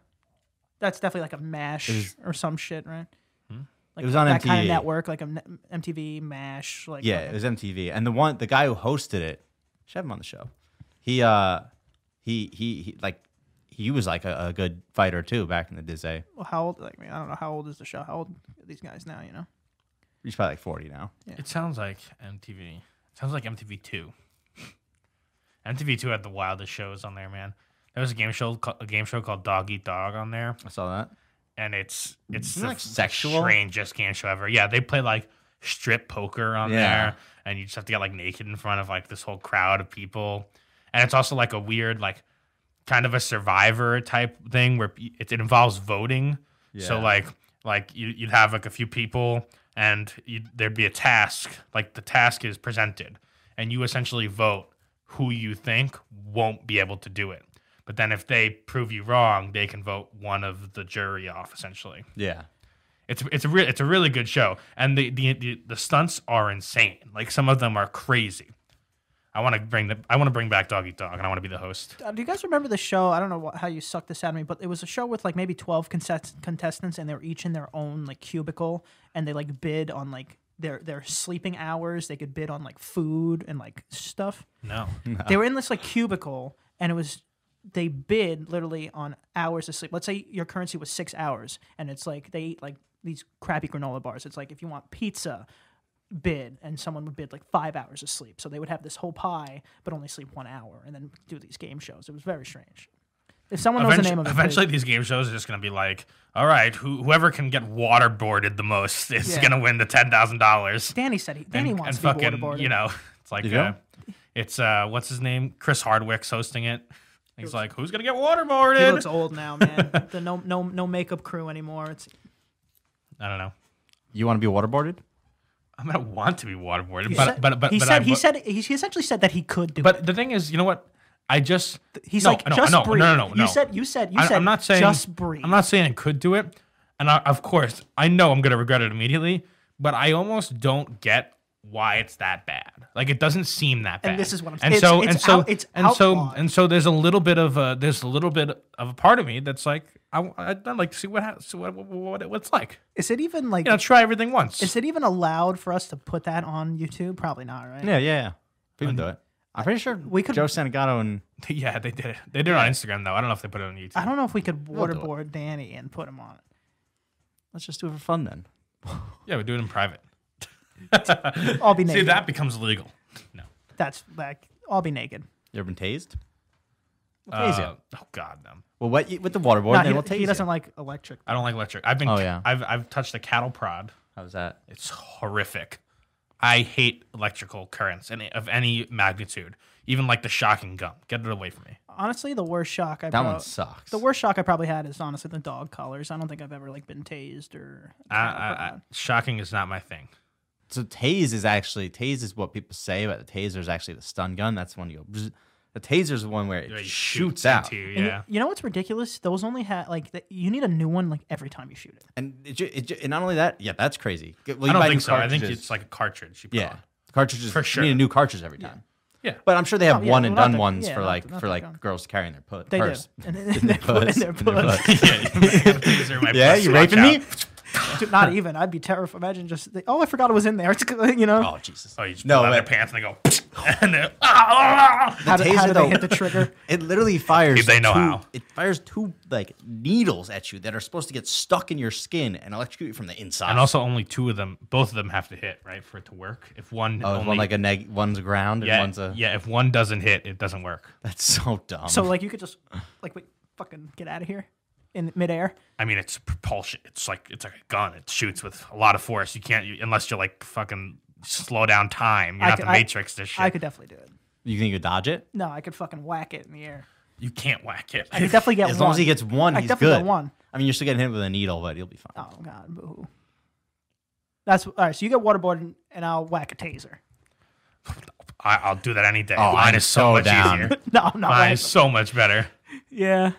[SPEAKER 1] That's definitely like a mash
[SPEAKER 2] was-
[SPEAKER 1] or some shit, right?
[SPEAKER 3] Hmm?
[SPEAKER 1] Like
[SPEAKER 2] It was on
[SPEAKER 1] that kind of
[SPEAKER 2] MTV.
[SPEAKER 1] network, like a n- MTV mash, like uh,
[SPEAKER 2] yeah.
[SPEAKER 1] fucking-
[SPEAKER 2] It was MTV, and the one, the guy who hosted it, should have him on the show. He uh, he he, he like he was like a, a good fighter too back in the eh? day.
[SPEAKER 1] well, how old? Like, I, mean, I don't know how old is the show. How old are these guys now? You know,
[SPEAKER 2] He's probably like forty now.
[SPEAKER 3] it sounds like mtv It sounds like mtv2 mtv2 had the wildest shows on there man there was a game show ca- a game show called dog eat dog on there
[SPEAKER 2] I saw that.
[SPEAKER 3] and it's it's
[SPEAKER 2] Isn't
[SPEAKER 3] the
[SPEAKER 2] it, like, sexual?
[SPEAKER 3] strangest game show ever. Yeah, they play like strip poker on
[SPEAKER 2] Yeah.
[SPEAKER 3] there, and you just have to get like naked in front of like this whole crowd of people, and it's also like a weird like kind of a survivor type thing where p- it, it involves voting. So
[SPEAKER 2] Yeah.
[SPEAKER 3] like like you, you'd have like a few people, and you'd, there'd be a task. Like the task is presented, and you essentially vote who you think won't be able to do it. But then if they prove you wrong, they can vote one of the jury off essentially.
[SPEAKER 2] Yeah.
[SPEAKER 3] It's it's a re- it's a really good show, and the, the the the stunts are insane. Like some of them are crazy. I want to bring the I want to bring back Dog Eat Dog, and I want to be the host.
[SPEAKER 1] Uh, do you guys remember the show? I don't know what, how you sucked this out of me, but it was a show with like maybe twelve contest- contestants, and they were each in their own like cubicle, and they like bid on like their their sleeping hours. They could bid on like food and like stuff.
[SPEAKER 3] No,
[SPEAKER 1] they were in this like cubicle and it was they bid literally on hours of sleep let's say your currency was six hours and it's like they eat like these crappy granola bars it's like if you want pizza bid and someone would bid like five hours of sleep so they would have this whole pie but only sleep one hour and then do these game shows it was very strange if someone knows the name of it please-
[SPEAKER 3] eventually these game shows are just gonna be like, all right, who, whoever can get waterboarded the most is
[SPEAKER 1] Yeah.
[SPEAKER 3] gonna win the ten thousand dollars.
[SPEAKER 1] danny said he danny wants
[SPEAKER 3] and
[SPEAKER 1] to be
[SPEAKER 3] fucking
[SPEAKER 1] waterboarded
[SPEAKER 3] you know, it's like
[SPEAKER 2] You
[SPEAKER 3] uh, It's uh, what's his name? Chris Hardwick's hosting it. He's
[SPEAKER 1] looks-
[SPEAKER 3] like, who's gonna get
[SPEAKER 1] He
[SPEAKER 3] waterboarded?
[SPEAKER 1] looks old now, man. the no no no makeup crew anymore. It's
[SPEAKER 3] I don't know.
[SPEAKER 2] You want to be waterboarded?
[SPEAKER 3] I'm gonna want to be waterboarded,
[SPEAKER 1] he
[SPEAKER 3] but,
[SPEAKER 1] said-
[SPEAKER 3] but but
[SPEAKER 1] he
[SPEAKER 3] but
[SPEAKER 1] said
[SPEAKER 3] I,
[SPEAKER 1] he said he, he essentially said that he could do it.
[SPEAKER 3] But the thing is, you know what? I just
[SPEAKER 1] He's
[SPEAKER 3] no,
[SPEAKER 1] like
[SPEAKER 3] no,
[SPEAKER 1] just
[SPEAKER 3] no,
[SPEAKER 1] breathe.
[SPEAKER 3] No, no, no, no.
[SPEAKER 1] You said you said you
[SPEAKER 3] I,
[SPEAKER 1] said
[SPEAKER 3] am not saying
[SPEAKER 1] just breathe.
[SPEAKER 3] I'm not saying I could do it, and I, of course I know I'm gonna regret it immediately. But I almost don't get why it's that bad. Like it doesn't seem that bad.
[SPEAKER 1] And this is what I'm
[SPEAKER 3] And
[SPEAKER 1] saying.
[SPEAKER 3] so
[SPEAKER 1] It's-
[SPEAKER 3] and
[SPEAKER 1] it's
[SPEAKER 3] so
[SPEAKER 1] out- it's
[SPEAKER 3] and so
[SPEAKER 1] outlawed.
[SPEAKER 3] and so there's a little bit of a there's a little bit of a part of me that's like I would like to see what ha- see what, what, what what's like.
[SPEAKER 1] Is it even like
[SPEAKER 3] You know, try everything once.
[SPEAKER 1] is it even allowed for us to put that on YouTube? Probably not, right?
[SPEAKER 2] Yeah, yeah, yeah. We can do it. I'm pretty sure
[SPEAKER 1] we could-
[SPEAKER 2] Joe Santagato and
[SPEAKER 3] yeah, they did it. They did it on Instagram though. I don't know if they put it on YouTube.
[SPEAKER 1] I don't know if we could
[SPEAKER 2] We'll do it.
[SPEAKER 1] waterboard Danny and put him on it.
[SPEAKER 2] let's just do it for fun then.
[SPEAKER 3] Yeah, we do it in private.
[SPEAKER 1] I'll be
[SPEAKER 3] See,
[SPEAKER 1] naked.
[SPEAKER 3] that becomes legal. No.
[SPEAKER 1] That's like I'll be naked.
[SPEAKER 2] You ever been tased? We'll tase
[SPEAKER 3] Uh,
[SPEAKER 2] you.
[SPEAKER 3] oh God, no.
[SPEAKER 2] We'll wet you with the waterboard,
[SPEAKER 1] Nah,
[SPEAKER 2] and then we'll
[SPEAKER 1] he,
[SPEAKER 2] tase
[SPEAKER 1] he doesn't
[SPEAKER 2] you.
[SPEAKER 1] like electric.
[SPEAKER 3] I don't like electric. I've been.
[SPEAKER 2] Oh, yeah.
[SPEAKER 3] I've I've touched a cattle prod.
[SPEAKER 2] How's that?
[SPEAKER 3] It's horrific. I hate electrical currents any of any magnitude. Even like the shocking gum. Get it away from me.
[SPEAKER 1] Honestly, the worst shock I
[SPEAKER 2] That
[SPEAKER 1] prob-
[SPEAKER 2] one sucks.
[SPEAKER 1] the worst shock I probably had is honestly the dog collars. I don't think I've ever like been tased or.
[SPEAKER 3] I, I, I, shocking is not my thing.
[SPEAKER 2] So tase is actually tase is what people say, but the taser is actually the stun gun. That's the one you go. bzz. The taser is the one where it
[SPEAKER 3] It
[SPEAKER 2] shoots,
[SPEAKER 3] shoots
[SPEAKER 2] out,
[SPEAKER 3] into you.
[SPEAKER 1] And you-
[SPEAKER 3] Yeah.
[SPEAKER 1] You know what's ridiculous? Those only had like th- you need a new one like every time you shoot it.
[SPEAKER 2] and it, ju- it, ju- and not only that, yeah, that's crazy. Well, you
[SPEAKER 3] I
[SPEAKER 2] buy
[SPEAKER 3] don't
[SPEAKER 2] new
[SPEAKER 3] think so. I think
[SPEAKER 2] cartridges.
[SPEAKER 3] it's like a cartridge. You put
[SPEAKER 2] yeah,
[SPEAKER 3] on.
[SPEAKER 2] cartridges
[SPEAKER 3] For
[SPEAKER 2] You
[SPEAKER 3] sure.
[SPEAKER 2] need a new cartridge every time.
[SPEAKER 3] Yeah.
[SPEAKER 2] but I'm sure they have
[SPEAKER 1] Oh, yeah,
[SPEAKER 2] one
[SPEAKER 1] well,
[SPEAKER 2] and
[SPEAKER 1] not
[SPEAKER 2] done
[SPEAKER 1] the-
[SPEAKER 2] ones
[SPEAKER 1] yeah,
[SPEAKER 2] for
[SPEAKER 1] not
[SPEAKER 2] like
[SPEAKER 1] the- not
[SPEAKER 2] for
[SPEAKER 1] the
[SPEAKER 2] like
[SPEAKER 1] gun.
[SPEAKER 2] girls carrying their put
[SPEAKER 1] They
[SPEAKER 2] purse.
[SPEAKER 1] do. And, and they put in their
[SPEAKER 2] Puss. In their
[SPEAKER 1] puss.
[SPEAKER 2] puss.
[SPEAKER 3] yeah. Taser in my
[SPEAKER 2] Yeah,
[SPEAKER 3] pussy.
[SPEAKER 2] you
[SPEAKER 3] Watch
[SPEAKER 2] raping me?
[SPEAKER 3] out.
[SPEAKER 1] Dude, not even. I'd be terrified. Imagine just the, oh, I forgot it was in there. It's you know.
[SPEAKER 2] Oh Jesus!
[SPEAKER 3] Oh, you just
[SPEAKER 2] no,
[SPEAKER 3] pull out their
[SPEAKER 2] but
[SPEAKER 3] pants and they go. And they're, ah, ah, ah.
[SPEAKER 1] how do, how
[SPEAKER 2] taser,
[SPEAKER 1] do
[SPEAKER 2] though-
[SPEAKER 1] they hit the trigger?
[SPEAKER 2] It literally fires.
[SPEAKER 3] If they know
[SPEAKER 2] two,
[SPEAKER 3] how.
[SPEAKER 2] It fires two like needles at you that are supposed to get stuck in your skin and electrocute you from the inside.
[SPEAKER 3] And also, only two of them, both of them have to hit, right, for it to work. If one,
[SPEAKER 2] Oh, is
[SPEAKER 3] only,
[SPEAKER 2] one like a neg, one's ground, and
[SPEAKER 3] yeah,
[SPEAKER 2] one's a.
[SPEAKER 3] yeah, if one doesn't hit, it doesn't work.
[SPEAKER 2] That's so dumb.
[SPEAKER 1] So like you could just like wait, fucking get out of here in midair.
[SPEAKER 3] I mean, it's propulsion. It's like it's like a gun. It shoots with a lot of force. You can't you, unless you're like fucking slow down time. You're
[SPEAKER 1] I
[SPEAKER 3] not
[SPEAKER 1] could-
[SPEAKER 3] the
[SPEAKER 1] I-
[SPEAKER 3] Matrix. This shit.
[SPEAKER 1] I could definitely do it.
[SPEAKER 2] you think you dodge it?
[SPEAKER 1] No, I could fucking whack it in the air.
[SPEAKER 3] you can't whack it.
[SPEAKER 1] I could definitely get
[SPEAKER 2] As
[SPEAKER 1] one.
[SPEAKER 2] long as he gets one,
[SPEAKER 1] I
[SPEAKER 2] he's
[SPEAKER 1] definitely
[SPEAKER 2] good.
[SPEAKER 1] got one.
[SPEAKER 2] I mean, you're still getting hit with a needle, but you'll be fine.
[SPEAKER 1] Oh god, boo. That's all right. So you get waterboarded, and I'll whack a taser.
[SPEAKER 3] I, I'll do that any day.
[SPEAKER 2] Oh,
[SPEAKER 3] Mine
[SPEAKER 2] I'm
[SPEAKER 3] is so,
[SPEAKER 2] so
[SPEAKER 3] much
[SPEAKER 2] down.
[SPEAKER 3] easier.
[SPEAKER 1] No, I'm not.
[SPEAKER 3] Mine
[SPEAKER 1] whacking-
[SPEAKER 3] is so much better.
[SPEAKER 1] Yeah.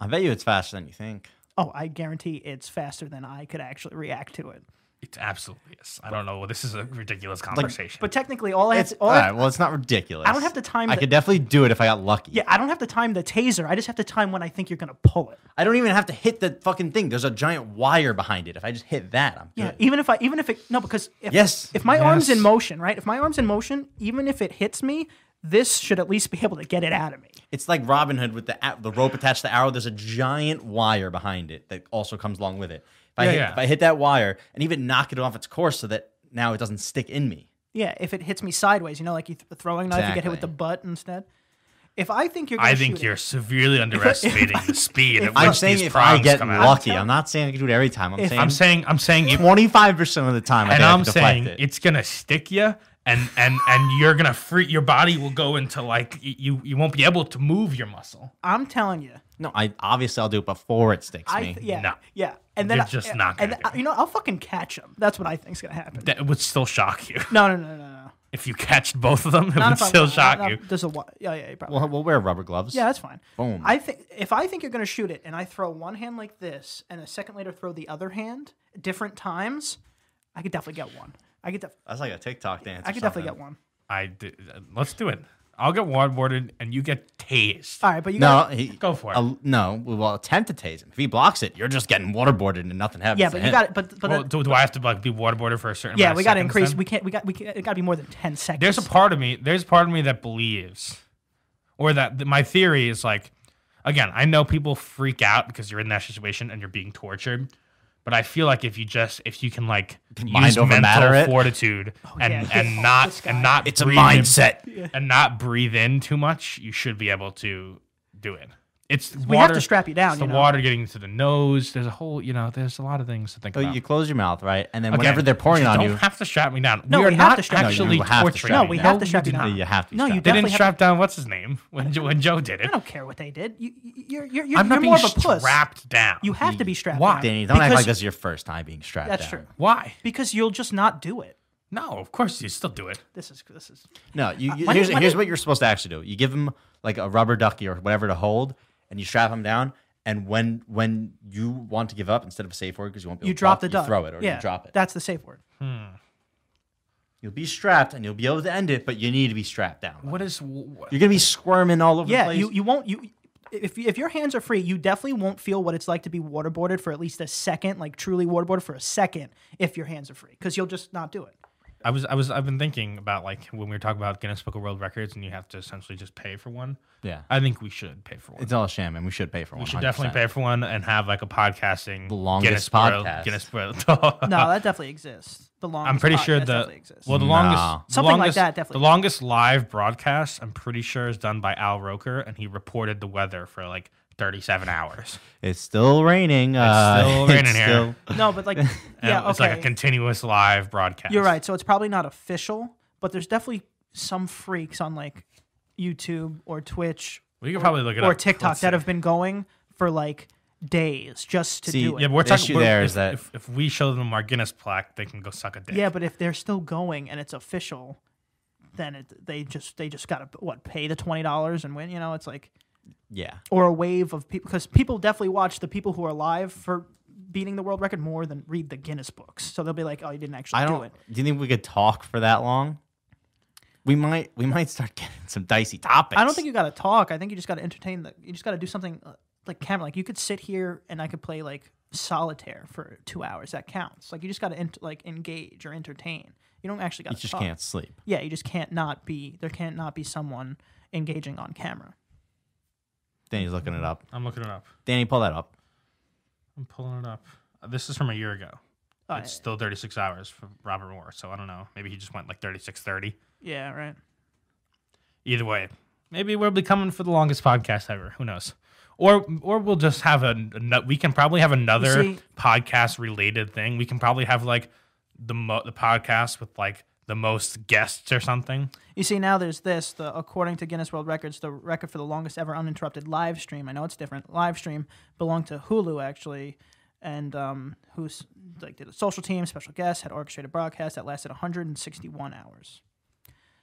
[SPEAKER 2] I bet you it's faster than you think.
[SPEAKER 1] Oh, I guarantee it's faster than I could actually react to it.
[SPEAKER 3] It absolutely is. I don't know. This is a ridiculous conversation.
[SPEAKER 1] But technically, all I have,
[SPEAKER 2] It's
[SPEAKER 1] to,
[SPEAKER 2] all
[SPEAKER 1] all I,
[SPEAKER 2] right. Well, it's not ridiculous.
[SPEAKER 1] I don't have to time
[SPEAKER 2] I
[SPEAKER 1] the-
[SPEAKER 2] could definitely do it if I got lucky.
[SPEAKER 1] yeah, I don't have to time the taser. I just have to time when I think you're gonna pull it.
[SPEAKER 2] I don't even have to hit the fucking thing. There's a giant wire behind it. If I just hit that, I'm
[SPEAKER 1] Yeah,
[SPEAKER 2] good.
[SPEAKER 1] even if I, even if it, no, because if,
[SPEAKER 2] Yes,
[SPEAKER 1] if my arm's in
[SPEAKER 3] yes.
[SPEAKER 1] motion, right? If my arm's in motion, even if it hits me, this should at least be able to get it out of me.
[SPEAKER 2] It's like Robin Hood with the a- the rope attached to the arrow. There's a giant wire behind it that also comes along with it. If I,
[SPEAKER 3] Yeah,
[SPEAKER 2] hit,
[SPEAKER 3] yeah.
[SPEAKER 2] If I hit that wire and even knock it off its course so that now it doesn't stick in me.
[SPEAKER 1] Yeah, if it hits me sideways, you know, like you th- the throwing knife, you get hit with the
[SPEAKER 2] Exactly.
[SPEAKER 1] butt instead. If I think you're, gonna
[SPEAKER 3] I think
[SPEAKER 1] shoot it-
[SPEAKER 3] you're severely underestimating the speed at which
[SPEAKER 2] I'm saying
[SPEAKER 3] these
[SPEAKER 2] if I
[SPEAKER 3] prongs
[SPEAKER 2] get
[SPEAKER 3] come out.
[SPEAKER 2] lucky, I'm not saying I can do it every time. I'm
[SPEAKER 1] If-
[SPEAKER 2] saying
[SPEAKER 3] I'm saying I'm saying you
[SPEAKER 2] 25% of the time. I
[SPEAKER 3] and
[SPEAKER 2] think I
[SPEAKER 3] I'm
[SPEAKER 2] can deflect
[SPEAKER 3] saying
[SPEAKER 2] it.
[SPEAKER 3] it's gonna stick you, and and and you're gonna free your body will go into like y- you you won't be able to move your muscle.
[SPEAKER 1] I'm telling you,
[SPEAKER 2] no. I obviously I'll do it before it sticks
[SPEAKER 1] I
[SPEAKER 2] me.
[SPEAKER 1] th- yeah,
[SPEAKER 3] No.
[SPEAKER 1] yeah, and then
[SPEAKER 3] You're
[SPEAKER 1] I-
[SPEAKER 3] just
[SPEAKER 1] and-
[SPEAKER 3] not gonna
[SPEAKER 1] and
[SPEAKER 3] do
[SPEAKER 1] I- you know, I'll fucking catch him. That's what I think's gonna happen.
[SPEAKER 3] That would still shock you
[SPEAKER 1] No, no, no, no, no.
[SPEAKER 3] if you catch both of them. It
[SPEAKER 1] Not
[SPEAKER 3] would
[SPEAKER 1] if I'm-
[SPEAKER 3] still
[SPEAKER 1] not-
[SPEAKER 3] shock
[SPEAKER 1] not-
[SPEAKER 3] you.
[SPEAKER 1] There's a wa- yeah, yeah, you probably.
[SPEAKER 2] We'll, we'll wear rubber gloves.
[SPEAKER 1] Yeah, that's fine.
[SPEAKER 2] Boom.
[SPEAKER 1] I think if I think you're gonna shoot it, and I throw one hand like this, and a second later throw the other hand, different times, I could definitely get one. I could, def-
[SPEAKER 2] That's like a TikTok dance.
[SPEAKER 1] I could definitely get one.
[SPEAKER 3] I d- let's do it. I'll get waterboarded and you get tased.
[SPEAKER 1] All right, but you
[SPEAKER 2] No,
[SPEAKER 1] got
[SPEAKER 2] he,
[SPEAKER 3] Go for it.
[SPEAKER 2] a- no, we will attempt to tase him. If he blocks it, you're just getting waterboarded and nothing happens.
[SPEAKER 1] yeah,
[SPEAKER 2] to
[SPEAKER 1] but you
[SPEAKER 2] him.
[SPEAKER 1] got it. But but
[SPEAKER 3] Well,
[SPEAKER 1] that-
[SPEAKER 3] do, do I have to like be waterboarded for a certain?
[SPEAKER 1] yeah,
[SPEAKER 3] amount of
[SPEAKER 1] we got to
[SPEAKER 3] seconds
[SPEAKER 1] increase.
[SPEAKER 3] then?
[SPEAKER 1] We can't. We got. We can't, it got to be more than ten seconds.
[SPEAKER 3] there's a part of me there's a part of me that believes or that th- my theory is like again i know people freak out because you're in that situation and you're being tortured but i feel like if you just if you can like
[SPEAKER 2] Mind
[SPEAKER 3] use
[SPEAKER 2] over
[SPEAKER 3] mental
[SPEAKER 2] matter it?
[SPEAKER 3] fortitude and
[SPEAKER 1] yeah.
[SPEAKER 3] and
[SPEAKER 1] Oh, this
[SPEAKER 3] not
[SPEAKER 1] guy.
[SPEAKER 3] and not
[SPEAKER 2] It's a
[SPEAKER 3] breathe in-
[SPEAKER 2] mindset.
[SPEAKER 3] and not breathe in too much you should be able to do it it's
[SPEAKER 1] We
[SPEAKER 3] water,
[SPEAKER 1] have to strap you
[SPEAKER 3] it's
[SPEAKER 1] down.
[SPEAKER 3] the
[SPEAKER 1] You know?
[SPEAKER 3] water getting into the nose. There's a whole, you know, there's a lot of things to think
[SPEAKER 2] So
[SPEAKER 3] about.
[SPEAKER 2] Oh, you close your mouth, right? And then
[SPEAKER 3] Again,
[SPEAKER 2] whenever they're pouring
[SPEAKER 3] just
[SPEAKER 2] on
[SPEAKER 3] don't
[SPEAKER 2] you,
[SPEAKER 3] have to strap me down.
[SPEAKER 1] No,
[SPEAKER 3] we are
[SPEAKER 1] we have
[SPEAKER 3] not
[SPEAKER 1] to strap you down.
[SPEAKER 2] No,
[SPEAKER 3] actually
[SPEAKER 2] you have to
[SPEAKER 3] torturing.
[SPEAKER 2] strap
[SPEAKER 3] you.
[SPEAKER 2] me
[SPEAKER 1] No, we
[SPEAKER 2] down.
[SPEAKER 1] have to strap
[SPEAKER 3] do
[SPEAKER 1] you down.
[SPEAKER 3] not.
[SPEAKER 2] you have to.
[SPEAKER 1] No, you
[SPEAKER 2] strap down.
[SPEAKER 3] They didn't
[SPEAKER 1] Definitely have-
[SPEAKER 3] strap down what's his name when when Joe did it.
[SPEAKER 1] I don't care what they did. You, you- you're you're you're,
[SPEAKER 3] I'm
[SPEAKER 1] you're
[SPEAKER 3] not
[SPEAKER 1] more
[SPEAKER 3] being
[SPEAKER 1] of a puss.
[SPEAKER 3] strapped down.
[SPEAKER 1] You have to be strapped.
[SPEAKER 3] Why?
[SPEAKER 1] down.
[SPEAKER 2] Danny, don't act
[SPEAKER 1] Because-
[SPEAKER 2] like this is your first time being strapped
[SPEAKER 1] That's
[SPEAKER 2] down.
[SPEAKER 1] true.
[SPEAKER 3] Why?
[SPEAKER 1] Because you'll just not do it.
[SPEAKER 3] No, of course you still do it.
[SPEAKER 1] This is this is.
[SPEAKER 2] No, you, you-
[SPEAKER 1] when
[SPEAKER 2] here's,
[SPEAKER 1] did- when
[SPEAKER 2] here's
[SPEAKER 1] did-
[SPEAKER 2] what you're supposed to actually do. You give him like a rubber ducky or whatever to hold, and you strap him down. And when when you want to give up, instead of a safe word because you won't be able
[SPEAKER 1] You
[SPEAKER 2] to
[SPEAKER 1] drop
[SPEAKER 2] talk,
[SPEAKER 1] the
[SPEAKER 2] you
[SPEAKER 1] duck.
[SPEAKER 2] throw it or
[SPEAKER 1] yeah,
[SPEAKER 2] you drop it.
[SPEAKER 1] That's the safe word.
[SPEAKER 2] You'll be strapped and you'll be able to end it, but you need to be strapped down.
[SPEAKER 3] What is? wh-
[SPEAKER 2] You're gonna be squirming all over the
[SPEAKER 1] Yeah,
[SPEAKER 2] place.
[SPEAKER 1] you, you won't you if if your hands are free, you definitely won't feel what it's like to be waterboarded for at least a second, like truly waterboarded for a second if your hands are free cuz you'll just not do it.
[SPEAKER 3] I was I was I've been thinking about like when we were talking about Guinness Book of World Records and you have to essentially just pay for one.
[SPEAKER 2] yeah,
[SPEAKER 3] I think we should pay for one.
[SPEAKER 2] it's all a sham, and we should pay for one.
[SPEAKER 3] we should definitely pay for one and have like a podcasting the
[SPEAKER 2] longest
[SPEAKER 3] Guinness World-
[SPEAKER 2] podcast.
[SPEAKER 3] Guinness World.
[SPEAKER 1] No, that definitely exists. The longest
[SPEAKER 3] Uh, I'm pretty sure
[SPEAKER 1] podcast
[SPEAKER 3] the
[SPEAKER 1] definitely exists.
[SPEAKER 3] well the longest
[SPEAKER 2] Nah.
[SPEAKER 3] the
[SPEAKER 1] Something like
[SPEAKER 3] longest-
[SPEAKER 1] that, definitely.
[SPEAKER 3] the longest live broadcast I'm pretty sure is done by Al Roker and he reported the weather for like 37 hours.
[SPEAKER 2] It's still raining. uh,
[SPEAKER 3] still raining here.
[SPEAKER 1] no, but like
[SPEAKER 3] And
[SPEAKER 1] yeah,
[SPEAKER 3] it's
[SPEAKER 1] okay.
[SPEAKER 3] like a continuous live broadcast.
[SPEAKER 1] You're right. So it's probably not official, but there's definitely some freaks on like YouTube or Twitch
[SPEAKER 3] We could probably look it
[SPEAKER 1] or
[SPEAKER 3] up.
[SPEAKER 1] TikTok
[SPEAKER 3] Let's
[SPEAKER 1] that
[SPEAKER 3] see.
[SPEAKER 1] have been going for like days just to
[SPEAKER 2] See,
[SPEAKER 1] do it.
[SPEAKER 3] Yeah, but we're
[SPEAKER 2] The
[SPEAKER 3] talking
[SPEAKER 2] issue
[SPEAKER 3] we're-
[SPEAKER 2] there
[SPEAKER 3] if,
[SPEAKER 2] is that-
[SPEAKER 3] if, if we show them our Guinness plaque, they can go suck a dick.
[SPEAKER 1] Yeah, but if they're still going and it's official, then it, they just they just gotta what pay the twenty dollars and win. You know, it's like
[SPEAKER 2] Yeah,
[SPEAKER 1] or a wave of people because people definitely watch the people who are live for beating the world record more than read the Guinness books. So they'll be like, oh, you didn't actually
[SPEAKER 2] I
[SPEAKER 1] do it.
[SPEAKER 2] don't. Do you think we could talk for that long? We might. We might start getting some dicey topics.
[SPEAKER 1] I don't think you gotta talk. I think you just gotta entertain the. You just gotta do something uh, like camera. Like you could sit here and I could play like solitaire for two hours. That counts. Like you just gotta ent- like engage or entertain. You don't actually gotta.
[SPEAKER 2] you just
[SPEAKER 1] talk.
[SPEAKER 2] can't sleep.
[SPEAKER 1] yeah, you just can't not be there can't not be someone engaging on camera.
[SPEAKER 2] Danny's looking it up.
[SPEAKER 3] I'm looking it up.
[SPEAKER 2] Danny, pull that up.
[SPEAKER 3] I'm pulling it up. Uh, This is from a year ago.
[SPEAKER 1] Uh,
[SPEAKER 3] it's still 36 hours for Robert Moore, so I don't know. Maybe he just went like 36:30.
[SPEAKER 1] yeah, right.
[SPEAKER 3] Either way, maybe we'll be coming for the longest podcast ever. Who knows? Or or we'll just have a, ano- we can probably have another
[SPEAKER 1] see-
[SPEAKER 3] podcast related thing. We can probably have like the mo- the podcast with like the most guests or something.
[SPEAKER 1] You see now there's this, the according to Guinness World Records, the record for the longest ever uninterrupted live stream. I know it's different. Live stream belonged to Hulu actually. And um, who's like did a social team, special guests, had orchestrated broadcast that lasted 161 hours.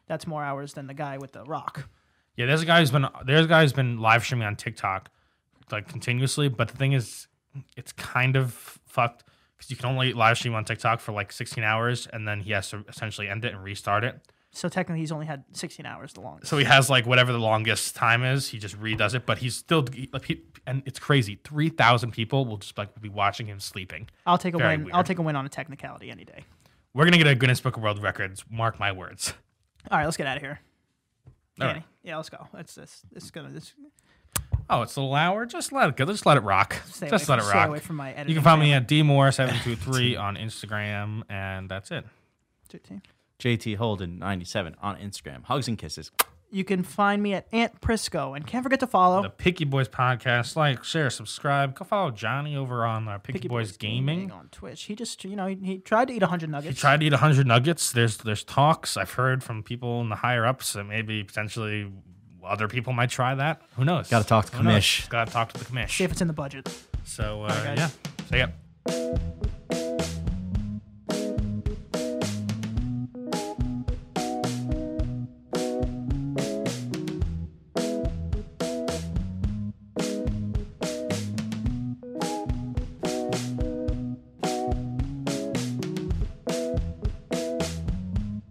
[SPEAKER 1] That's more hours than the guy with the rock.
[SPEAKER 3] Yeah, there's a guy who's been there's a guy who's been live streaming on TikTok like continuously, but the thing is, it's kind of fucked because you can only live stream on TikTok for like 16 hours, and then he has to essentially end it and restart it.
[SPEAKER 1] So technically, he's only had 16 hours the longest.
[SPEAKER 3] So he has like whatever the longest time is, he just redoes it, but he's still like he, and it's crazy. 3,000 people will just like be watching him sleeping.
[SPEAKER 1] I'll take a
[SPEAKER 3] Very
[SPEAKER 1] win.
[SPEAKER 3] weird.
[SPEAKER 1] I'll take a win on a technicality any day.
[SPEAKER 3] We're gonna get a Guinness Book of World Records. Mark my words.
[SPEAKER 1] All right, let's get out of here.
[SPEAKER 3] All right.
[SPEAKER 1] Danny. Yeah, let's go. It's this. It's gonna. It's,
[SPEAKER 3] Oh, it's a little hour. Just let it go. Just let it rock.
[SPEAKER 1] stay
[SPEAKER 3] just
[SPEAKER 1] away
[SPEAKER 3] let
[SPEAKER 1] from,
[SPEAKER 3] it
[SPEAKER 1] Stay
[SPEAKER 3] rock.
[SPEAKER 1] away from my editing.
[SPEAKER 3] You can find me
[SPEAKER 1] family.
[SPEAKER 3] at dmore723 on Instagram, and that's it.
[SPEAKER 1] Thirteen.
[SPEAKER 2] JT Holden ninety seven on Instagram. Hugs and kisses.
[SPEAKER 1] You can find me at Aunt Prisco, and can't forget to follow.
[SPEAKER 3] The Picky Boys podcast. Like, share, subscribe. Go follow Johnny over on uh, Picky, Boys, Gaming.
[SPEAKER 1] on Twitch. He just, you know, he, he tried to eat hundred
[SPEAKER 3] He
[SPEAKER 1] nuggets.
[SPEAKER 3] tried to eat 100 nuggets. There's there's talks I've heard from people in the higher ups that maybe potentially other people might try that. Who knows?
[SPEAKER 2] Gotta talk to
[SPEAKER 3] Who knows?
[SPEAKER 2] commish.
[SPEAKER 3] Gotta talk to the
[SPEAKER 1] See if
[SPEAKER 3] commish.
[SPEAKER 1] it's in the budget.
[SPEAKER 3] So uh,
[SPEAKER 1] Alright, guys.
[SPEAKER 3] yeah, so yeah.